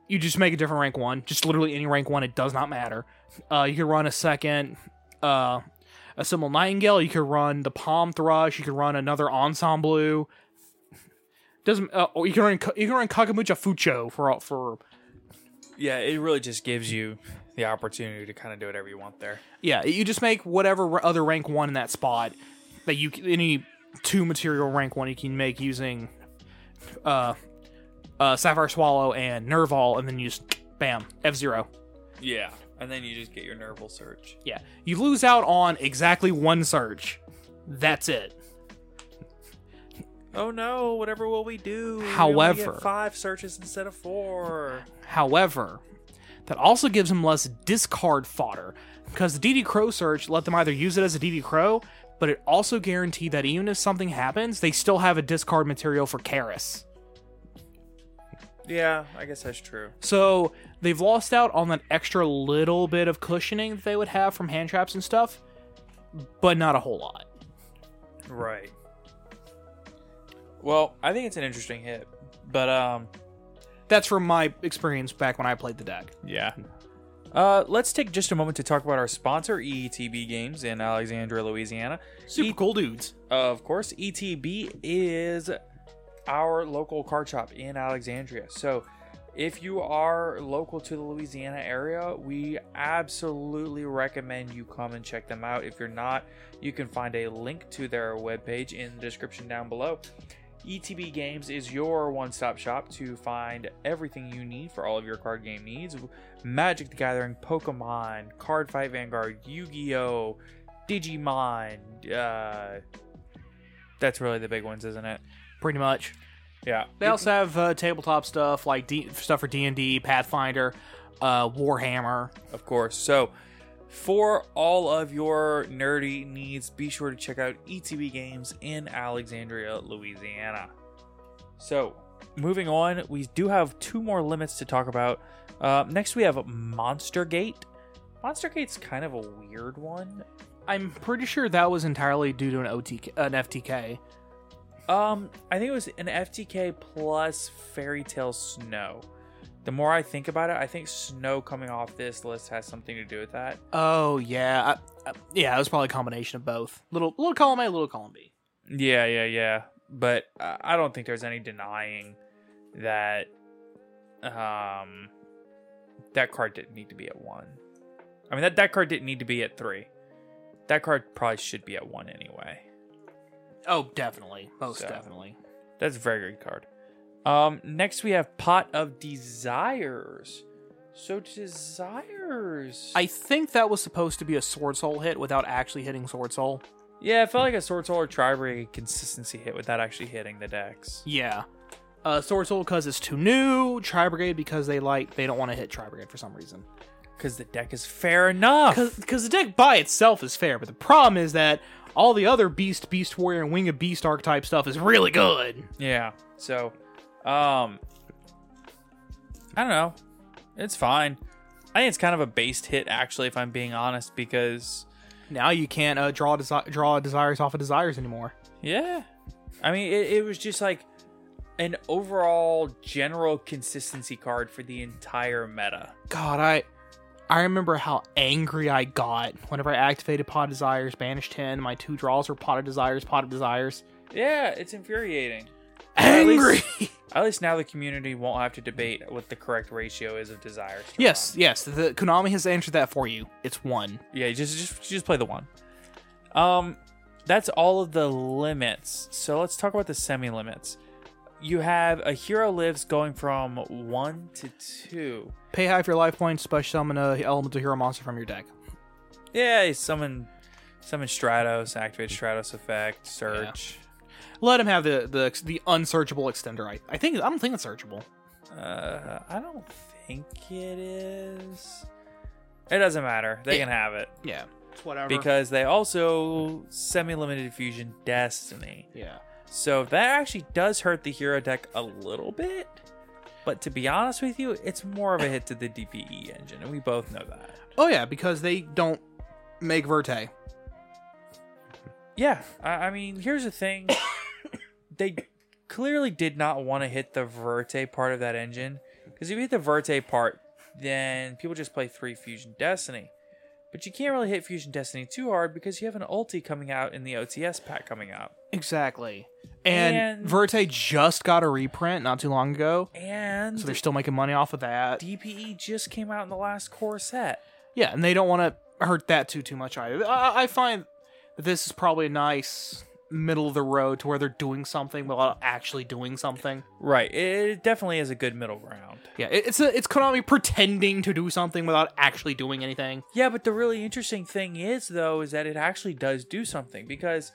B: You just make a different rank one, just literally any rank one. It does not matter. Uh, you could run a second, uh, a simple nightingale. You could run the palm thrush. You could run another ensemble. Doesn't uh, or you can run Ka- you can run Kakamucha Fucho for all for
A: Yeah, it really just gives you the opportunity to kind of do whatever you want there.
B: yeah. You just make whatever r- other rank one in that spot that you c- any two material rank one you can make using uh uh Sapphire Swallow and Nerval, and then you just bam F zero.
A: Yeah. And then you just get your Nerval search.
B: Yeah, you lose out on exactly one surge. That's it.
A: Oh no, whatever will we do? We only get
B: However-
A: five searches instead of four.
B: However, that also gives them less discard fodder because the DD Crow search let them either use it as a DD Crow, but it also guaranteed that even if something happens, they still have a discard material for Karis.
A: Yeah, I guess that's true.
B: So they've lost out on that extra little bit of cushioning that they would have from hand traps and stuff, but not a whole lot.
A: Right. Well, I think it's an interesting hit. But um
B: That's from my experience back when I played the deck.
A: Yeah. Uh, let's take just a moment to talk about our sponsor, E EETB Games in Alexandria, Louisiana.
B: Super cool dudes.
A: Uh, Of course, ETB is our local card shop in Alexandria. So if you are local to the Louisiana area, we absolutely recommend you come and check them out. If you're not, you can find a link to their webpage in the description down below. ETB Games is your one stop shop to find everything you need for all of your card game needs Magic the Gathering, Pokemon, Card Fight Vanguard, Yu Gi Oh! Digimon. Uh, that's really the big ones, isn't it?
B: Pretty much.
A: Yeah.
B: They also have uh, tabletop stuff like D- stuff for D and D, Pathfinder, uh, Warhammer.
A: Of course. So, for all of your nerdy needs, be sure to check out ETB Games in Alexandria, Louisiana. So, moving on, we do have two more limits to talk about. Uh, next, we have Monster Gate. Monster Gate's kind of a weird one.
B: I'm pretty sure that was entirely due to an OTK, an FTK.
A: Um, I think it was an FTK plus Fairy Tale Snow. The more I think about it, I think Snow coming off this list has something to do with that.
B: Oh yeah, I, I, yeah, it was probably a combination of both. Little little column A, little column B.
A: Yeah, yeah, yeah. But uh, I don't think there's any denying that um that card didn't need to be at 1. I mean that that card didn't need to be at 3. That card probably should be at 1 anyway.
B: Oh, definitely, most
A: So.
B: definitely.
A: That's a very good card. Um, next we have Pot of Desires. So desires.
B: I think that was supposed to be a sword soul hit without actually hitting sword soul.
A: yeah, it felt like a Sword Soul or Tri consistency hit without actually hitting the decks.
B: Yeah. Uh, sword soul because it's too new. Tri brigade because they like they don't want to hit tri brigade for some reason.
A: Because the deck is fair enough.
B: Because the deck by itself is fair, but the problem is that all the other beast, beast warrior, and wing of beast archetype stuff is really good.
A: Yeah. So, um, I don't know. It's fine. I think it's kind of a based hit, actually, if I'm being honest, because
B: Now you can't uh, draw desi- draw desires off of desires anymore.
A: yeah, I mean, it, it was just like an overall general consistency card for the entire meta.
B: God, I I remember how angry I got whenever I activated Pot of Desires, banished ten. My two draws were Pot of Desires, Pot of Desires.
A: Yeah, it's infuriating. at
B: Angry.
A: least- At least now the community won't have to debate what the correct ratio is of desires. to
B: yes, yes. The Konami has answered that for you. It's one.
A: Yeah, you just just just play the one. Um, that's all of the limits. So let's talk about the semi limits. You have a hero lives going from one to two.
B: Pay half your life points, special summon a elemental hero monster from your deck.
A: Yeah, summon summon Stratos, activate Stratos effect, search.
B: Let him have the the ex- the unsearchable extender. I, I think I don't think it's searchable.
A: Uh, I don't think it is. It doesn't matter. They can have it
B: Yeah, Uh-huh. it's whatever.
A: because they also semi-limited fusion destiny.
B: yeah,
A: So that actually does hurt the hero deck a little bit. But to be honest with you, it's more of a hit to the DPE engine, and we both know that.
B: oh yeah, because they don't make Verte.
A: Yeah, I, I mean, here's the thing: they clearly did not want to hit the Verte part of that engine because if you hit the Verte part, then people just play three Fusion Destiny. But you can't really hit Fusion Destiny too hard because you have an ulti coming out in the OTS pack coming up.
B: Exactly. And,
A: And-
B: Verte just got a reprint not too long ago,
A: And
B: so they're still making money off of that.
A: DPE E just came out in the last core set.
B: Yeah, and they don't want to hurt that too too much either. I, I find that this is probably a nice middle of the road to where they're doing something without actually doing something.
A: Right, it it definitely is a good middle ground.
B: Yeah, it, it's a, it's Konami pretending to do something without actually doing anything.
A: Yeah, but the really interesting thing is though is that it actually does do something because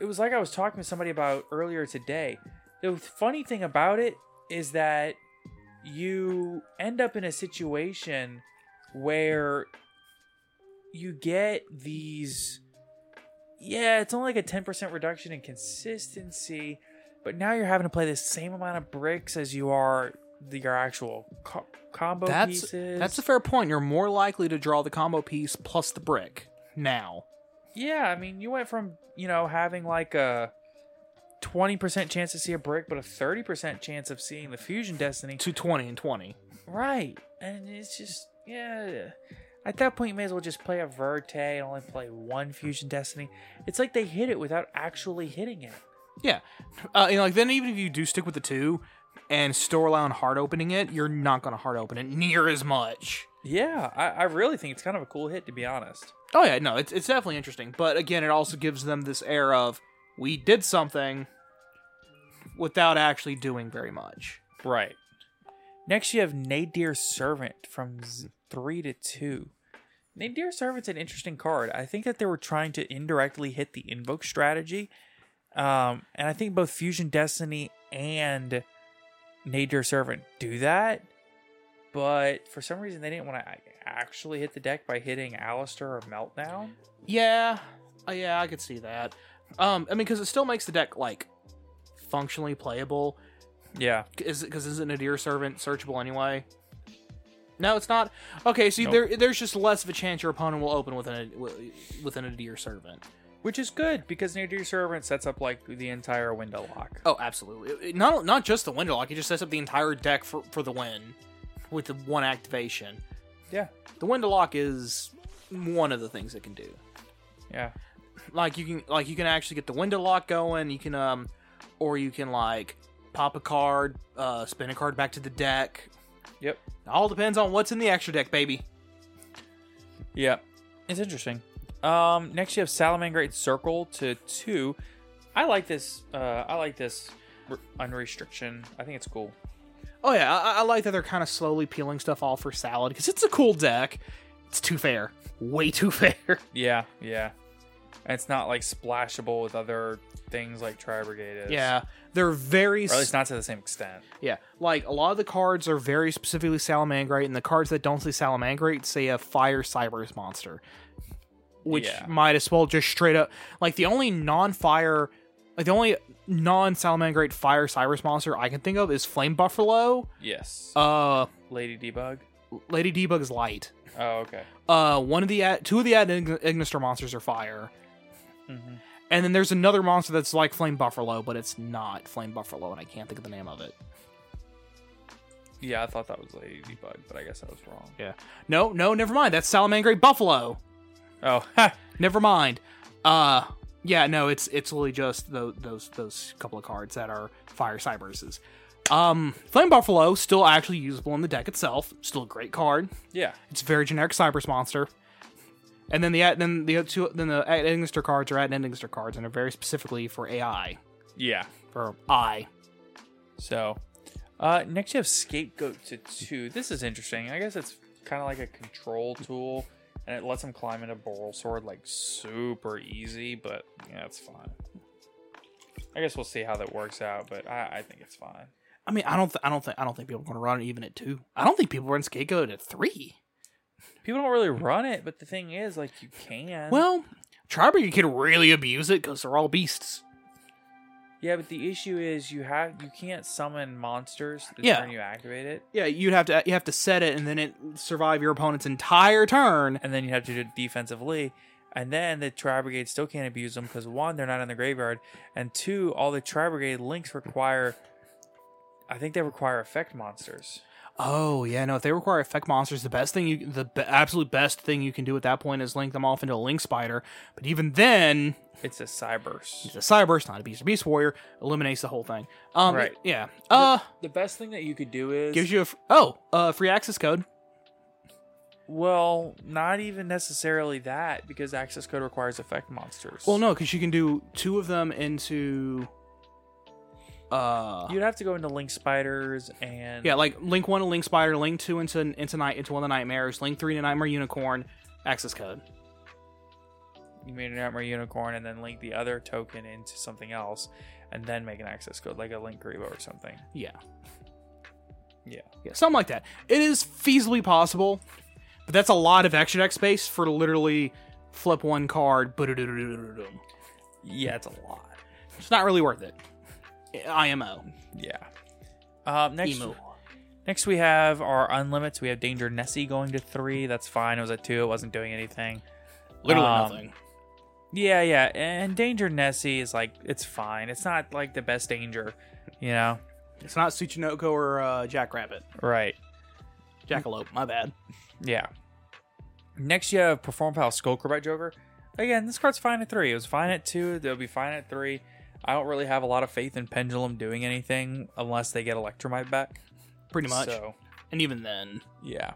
A: it was like I was talking to somebody about earlier today. The funny thing about it is that you end up in a situation where you get these yeah, it's only like a 10% reduction in consistency, but now you're having to play the same amount of bricks as you are the, your actual co- combo
B: that's
A: pieces.
B: that's a fair point. You're more likely to draw the combo piece plus the brick now.
A: Yeah, I mean, you went from, you know, having like a 20% chance to see a brick, but a 30% chance of seeing the fusion destiny.
B: to 20 and 20.
A: Right. And it's just, yeah. At that point, you may as well just play a Verte and only play one fusion destiny. It's like they hit it without actually hitting it.
B: Yeah. Uh, you know, like then even if you do stick with the two and store allow and hard opening it, you're not going to hard open it near as much.
A: Yeah, I, I really think it's kind of a cool hit, to be honest.
B: Oh yeah, no, it's it's definitely interesting, but again, it also gives them this air of we did something without actually doing very much.
A: Right. Next, you have Nadir Servant from z- three to two. Nadir Servant's an interesting card. I think that they were trying to indirectly hit the invoke strategy, um, and I think both Fusion Destiny and Nadir Servant do that. But for some reason, they didn't want to actually hit the deck by hitting Alistair or Meltdown.
B: Yeah. Uh, yeah, I could see that. Um I mean cuz it still makes the deck like functionally playable.
A: Yeah,
B: is because isn't a deer servant searchable anyway? No, it's not. Okay, so there, there's just less of a chance your opponent will open with an wi- with an deer servant.
A: which is good because Nadir Servant sets up like the entire window lock.
B: Oh, absolutely. It- it- not not just the window lock; it just sets up the entire deck for for the win with the one activation.
A: Yeah,
B: The window lock is one of the things it can do.
A: yeah.
B: Like you can like you can actually get the window lock going. You can um, or you can like pop a card, uh, spin a card back to the deck.
A: Yep.
B: All depends on what's in the extra deck, baby.
A: Yeah, it's interesting. Um, next you have Salamangreat Circle to two. I like this. Uh, I like this re- unrestriction. I think it's cool.
B: Oh yeah, I, I like that they're kind of slowly peeling stuff off for salad because it's a cool deck. It's too fair, way too fair.
A: Yeah, yeah. And it's not like splashable with other things like Tri Brigade is.
B: Yeah, they're very
A: or at
B: s-
A: least not to the same extent.
B: yeah. Like a lot of the cards are very specifically salamangreat, and the cards that don't say salamangreat say a fire cybers monster, which
A: Yeah.
B: might as well just straight up like the only non-fire, like the only non-salamangreat fire cybers monster I can think of is flame buffalo.
A: Yes.
B: Uh,
A: Lady Debug.
B: Lady Debug's light.
A: Oh, okay.
B: uh one of the ad- two of the ad Ign- ignister monsters are fire and then there's another monster that's like flame buffalo but it's not flame buffalo and i can't think of the name of it
A: Yeah, I thought that was Lady Debug, but I guess I was wrong.
B: yeah no no never mind that's salamangre buffalo
A: Oh,
B: never mind uh yeah no it's it's really just those those those couple of cards that are fire cyberses um flame buffalo still actually usable in the deck itself still a great card
A: yeah.
B: It's a very generic Cybers monster. And then the then the two then the Endingster cards are at Endingster cards and are very specifically for AI
A: Yeah.
B: for I.
A: So, uh, next you have Scapegoat to two. This is interesting. I guess it's kind of like a control tool, and it lets him climb into Boral Sword like super easy, but yeah, it's fine. I guess we'll see how that works out, but I, I think it's fine.
B: I mean, I don't, th- I don't think, I don't think people are going to run it even at two. I don't think people run Scapegoat at three.
A: People don't really run it, but the thing is, like, you can.
B: Well, Tribber, you could really abuse it because they're all beasts.
A: yeah, but the issue is you have you can't summon monsters the
B: Yeah.
A: turn you activate it,
B: Yeah, you'd have to, you have to set it, and then it survive your opponent's entire turn.
A: and then you have to do it defensively, and then the Tri Brigade still can't abuse them because one, they're not in the graveyard, and two, all the Tri Brigade links require. I think they require effect monsters.
B: Oh yeah, no. If they require effect monsters, the best thing you, the be- absolute best thing you can do at that point is link them off into a link spider. But even then,
A: It's a cyburst.
B: it's a cyburst, not a beast. A beast warrior eliminates the whole thing. Um,
A: Right.
B: Yeah. Uh,
A: The best thing that you could do is
B: gives you a fr- oh uh free access code.
A: well, not even necessarily that because access code requires effect monsters.
B: Well, no, because you can do two of them into. Uh,
A: you'd have to go into link spiders and
B: yeah, like link one to link spider, link two into into night into one of the nightmares, link three to nightmare unicorn, access code.
A: you made a nightmare unicorn and then link the other token into something else and then make an access code like a link Grebo or something.
B: Yeah.
A: Yeah.
B: Yeah, something like that. It is feasibly possible, but that's a lot of extra deck space for literally flip one card. ba-da-da-da-da-da-da.
A: Yeah, it's a lot.
B: It's not really worth it. IMO.
A: Yeah. Um, next
B: Emo.
A: next we have our unlimits. We have Danger Nessie going to three. That's fine. It was at two. It wasn't doing anything.
B: Literally
A: Um,
B: nothing.
A: Yeah, yeah. And Danger Nessie is like it's fine. It's not like the best danger, you know.
B: It's not Tsuchinoko or uh, Jackrabbit.
A: Right.
B: Jackalope, my bad.
A: Yeah. Next, you have Perform Pal Skulker by Joker. Again, this card's fine at three. It was fine at two. They'll be fine at three. I don't really have a lot of faith in Pendulum doing anything unless they get Electromite back.
B: Pretty much.
A: So,
B: And even then.
A: yeah.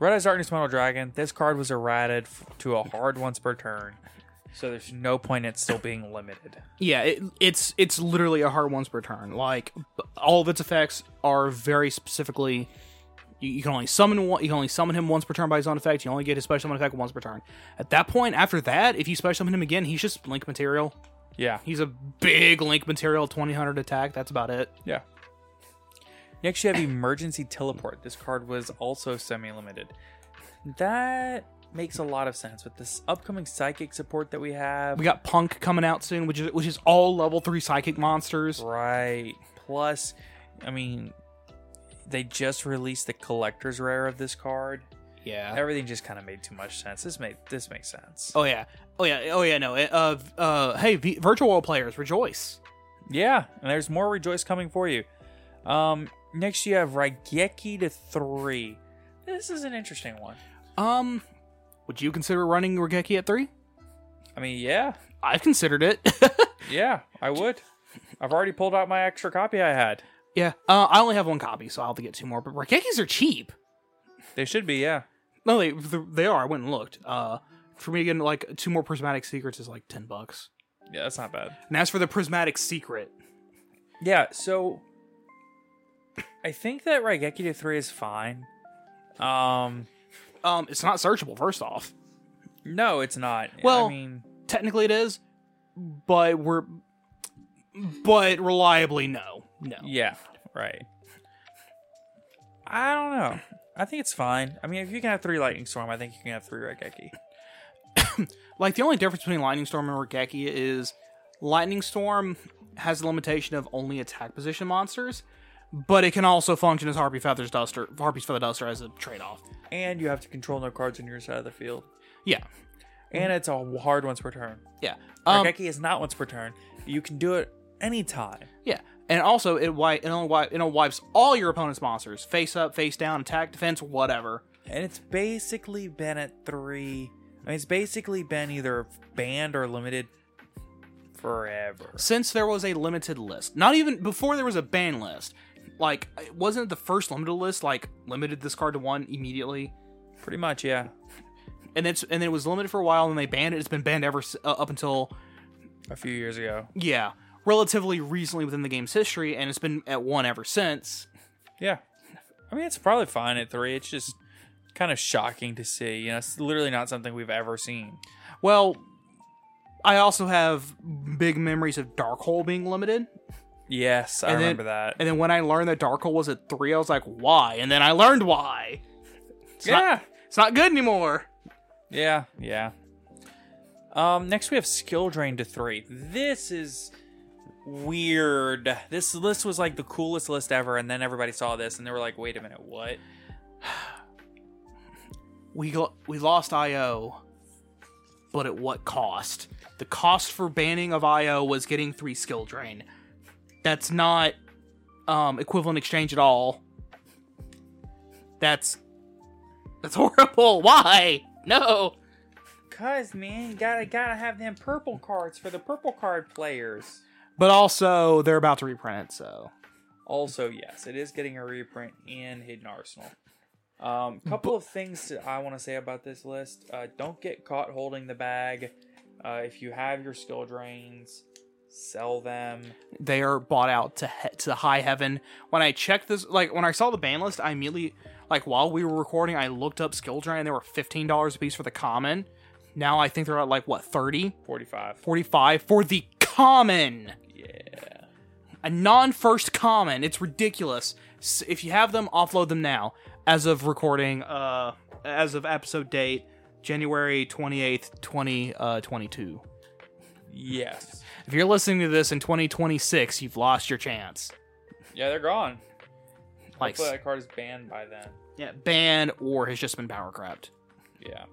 A: Red Eyes Darkness Metal Dragon. This card was errated f- to a hard once per turn. So there's no point in it still being limited.
B: Yeah, it, it's it's literally a hard once per turn. Like b- all of its effects are very specifically. You, you can only summon one. You can only summon him once per turn by his own effect. You only get his special summon effect once per turn. At that point, after that, if you special summon him again, he's just link material.
A: Yeah.
B: He's a big link material, twenty hundred attack. That's about it.
A: Yeah. Next, you have Emergency Teleport. This card was also semi limited. That makes a lot of sense with this upcoming psychic support that we have.
B: We got Punk coming out soon, which is which is all level three psychic monsters.
A: right. Plus, I mean, they just released the collector's rare of this card.
B: Yeah.
A: Everything just kind of made too much sense. This made this makes sense.
B: Oh yeah. Oh yeah. Oh yeah. No. Uh. Uh. Hey, v- virtual world players, rejoice.
A: Yeah, and there's more Rejoice coming for you. Um, next you have Raigeki to three. This is an interesting one.
B: Um. Would you consider running Rogeki at three?
A: I mean, yeah,
B: I've considered it.
A: Yeah, I would. I've already pulled out my extra copy I had.
B: yeah, uh, I only have one copy, so I'll have to get two more. But Rakekis are cheap.
A: They should be, yeah.
B: No, they they are. I went and looked. Uh, for me, getting like two more prismatic secrets is like ten bucks.
A: Yeah, that's not bad.
B: And as for the prismatic secret,
A: Yeah, so I think that Raigeki to 3 is fine. Um
B: um, it's not searchable. First off,
A: no, it's not.
B: Well-
A: I mean,
B: technically it is, but we're but reliably no, no.
A: yeah, right. I don't know. I think it's fine. I mean, if you can have 3 lightning storm, I think you can have 3 Raigeki.
B: Like the only difference between Lightning Storm and Rogeki is Lightning Storm has the limitation of only attack position monsters, but it can also function as Harpy Feathers Duster, Harpy's Feather Duster as a trade off.
A: And you have to control no cards on your side of the field.
B: Yeah,
A: And it's a hard once per turn.
B: yeah, Mm. um,
A: Raigeki is not once per turn. You can do it anytime.
B: yeah. And also, it wi- it only wi- it only wipes all your opponent's monsters: face up, face down, attack, defense, whatever.
A: and it's basically been at three. I mean, it's basically been either banned or limited forever.
B: Since there was a limited list, not even before there was a ban list, like it wasn't the first limited list like limited this card to one immediately?
A: Pretty much, yeah.
B: and it's and it was limited for a while, and they banned it. It's been banned ever s- uh, up until
A: A few years ago.
B: yeah, relatively recently within the game's history, and it's been at one ever since.
A: Yeah. I mean, it's probably fine at three. It's just kind of shocking to see. You know, it's literally not something we've ever seen.
B: Well, I also have big memories of Darkhold being limited.
D: Yes, I
B: And then-
D: remember that.
B: And then when I learned that Darkhold was at three, I was like, why? And then I learned why. It's not-
D: Yeah.
B: it's not good anymore.
D: Yeah, yeah. Um, next we have skill drain to three. This is weird. This list was like the coolest list ever, and then everybody saw this and they were like, "Wait a minute, what?"
B: we lo- we lost IO, but at what cost? The cost for banning of IO was getting three skill drain. That's not um, equivalent exchange at all. That's that's horrible. Why? No.
D: Cause man, gotta gotta have them purple cards for the purple card players.
B: But also, they're about to reprint it, so
D: Also, yes, it is getting a reprint in Hidden Arsenal. Um, couple of things that I want to say about this list: uh, don't get caught holding the bag. Uh, if you have your skill drains, sell them.
B: they are bought out to he- to the high heaven. When I checked this, like when I saw the ban list, I immediately, like while we were recording, I looked up skill drain. and They were fifteen dollars a piece for the common. Now I think they're at like what thirty.
D: Forty-five.
B: 45 for the common. Yeah. A non first common. It's ridiculous. S- If you have them, offload them now. As of recording, uh, as of episode date, January 28th, 2022.
D: Yes.
B: If you're listening to this in 2026, you've lost your chance.
D: Yeah, they're gone.
B: Like,
D: Hopefully that card is banned by then.
B: yeah, banned or has just been power crapped.
D: Yeah.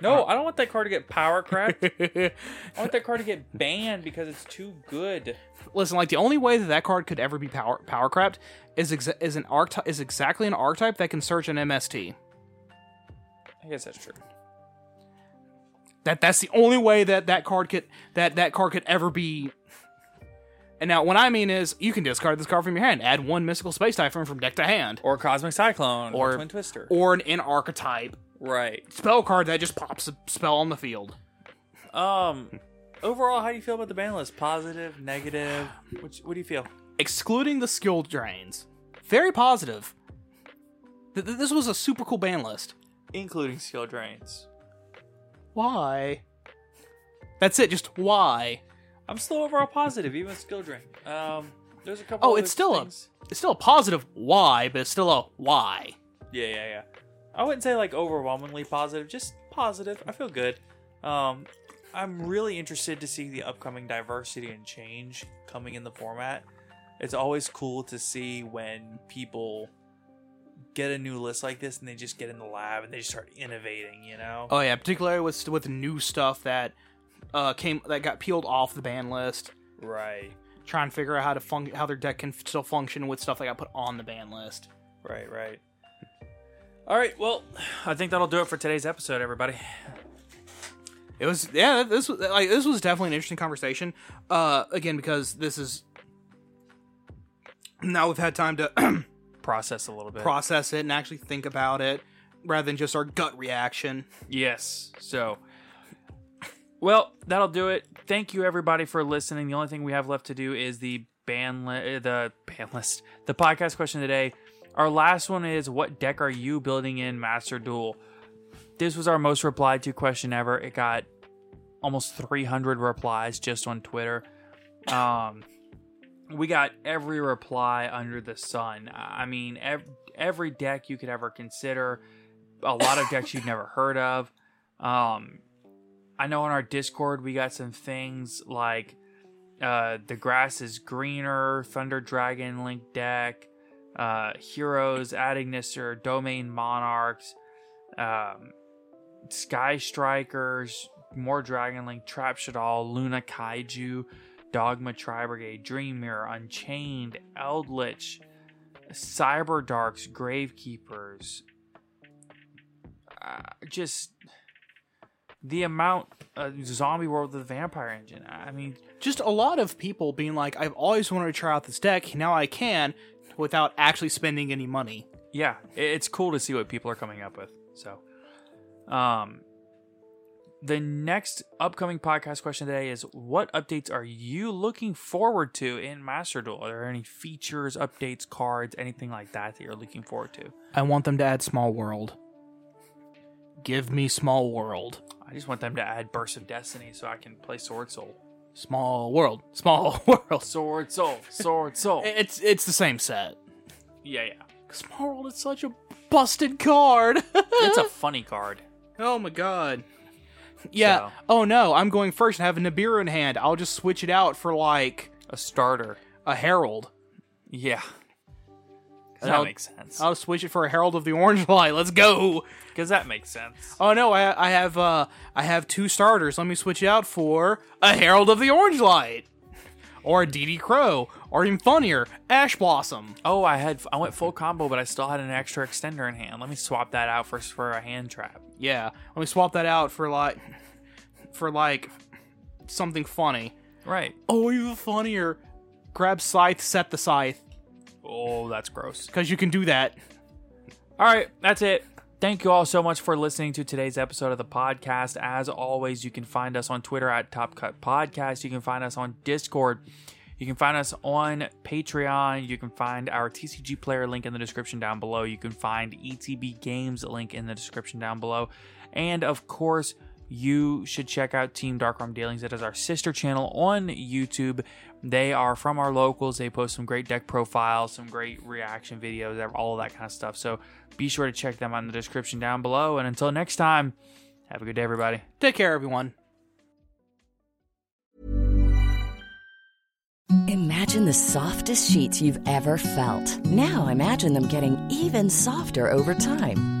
D: No, I don't want that card to get power cracked. I want that card to get banned because it's too good.
B: listen, like the only way that that card could ever be power power crapped is exa- is an archetype is exactly an archetype that can search an MST.
D: I guess that's true.
B: That that's the only way that that card could that that card could ever be. And now, what I mean is, you can discard this card from your hand, add one mystical space typhoon from deck to hand,
D: Or Cosmic Cyclone. Or,
B: Or-
D: Twin Twister.
B: or an in archetype
D: right.
B: spell card that just pops a spell on the field.
D: Um. Overall, how do you feel about the ban list? Positive, negative? Which, what do you feel?
B: Excluding the skill drains, very positive. Th- th- this was a super cool ban list.
D: Including skill drains.
B: Why? That's it. Just why?
D: I'm still overall positive, even with skill drain. Um, there's a couple.
B: Oh,
D: other
B: it's still
D: things.
B: a it's still a positive why, but it's still a why.
D: Yeah, yeah, yeah. I wouldn't say like overwhelmingly positive, just positive. I feel good. Um, I'm really interested to see the upcoming diversity and change coming in the format. It's always cool to see when people get a new list like this and they just get in the lab and they just start innovating, you know?
B: Oh yeah, particularly with with new stuff that uh came that got peeled off the ban list.
D: Right,
B: Trying to figure out how to fun- how their deck can f- still function with stuff that got put on the ban list.
D: right, right. All right, well, I think that'll do it for today's episode, everybody.
B: It was yeah, this was like this was definitely an interesting conversation. Uh, again because this is now we've had time to
D: Process a little bit.
B: process it and actually think about it rather than just our gut reaction.
A: Yes. So, well, that'll do it. Thank you everybody for listening. The only thing we have left to do is the ban li- uh, the ban list, the podcast question today. Our last one is what deck are you building in Master Duel? This was our most replied to question ever. It got almost 300 replies just on Twitter. Um we got every reply under the sun. I mean, ev- every deck you could ever consider a lot of decks you've never heard of. Um, I know on our Discord we got some things like uh, the grass is greener, Thunder Dragon Link deck, uh, Heroes, Adagnister, Domain Monarchs, um, Sky Strikers, more Dragon Link, Trap Shadal, Luna Kaiju, Dogma Tri Brigade, Dream Mirror, Unchained, Eldritch, Cyber Darks, Gravekeepers, uh, just the amount uh, zombie world with the vampire engine i mean
B: just a lot of people being like, I've always wanted to try out this deck. Now I can without actually spending any money.
A: yeah i- it's cool to see what people are coming up with so um the next upcoming podcast question today is what updates are you looking forward to in master duel are there any features updates cards anything like that that you're looking forward to
B: I want them to add Small World. Give me Small World.
A: i I just want them to add Burst of Destiny so I can play Sword Soul.
B: Small world, small world.
A: Sword Soul, Sword Soul.
B: It's it's the same set.
A: yeah, yeah.
B: Small world is such a busted card.
A: It's a funny card.
B: oh my god. Yeah.
A: So-
B: Oh no, I'm going first and have a Nibiru in hand. I'll just switch it out for like
A: A starter.
B: a Herald.
A: Yeah. 'Cause
B: I'll-
A: That makes sense.
B: I'll switch it for a Herald of the Orange Light. Let's go.
A: Because that makes sense.
B: Oh no, I I have uh I have two starters. Let me switch it out for a Herald of the Orange Light. Or a DD Crow. Or even funnier, Ash Blossom.
A: Oh, I had I went full combo, but I still had an extra extender in hand. Let me swap that out for for a hand trap.
B: Yeah. Let me swap that out for like for like something funny.
A: Right.
B: Oh, even funnier. Grab Scythe, set the Scythe.
A: Oh, that's gross.
B: Because you can do that.
A: All right, that's it. Thank you all so much for listening to today's episode of the podcast. As always, you can find us on Twitter at Top Cut Podcast. You can find us on Discord. You can find us on Patreon. You can find our TCG player link in the description down below. You can find ETB Games link in the description down below. And of course, you should check out Team Darkroom Dealings. That is our sister channel on YouTube. They are from our locals. They post some great deck profiles, some great reaction videos, all of that kind of stuff. So be sure to check them out in the description down below. And until next time, have a good day, everybody.
B: Take care, everyone.
E: Imagine the softest sheets you've ever felt. Now imagine them getting even softer over time.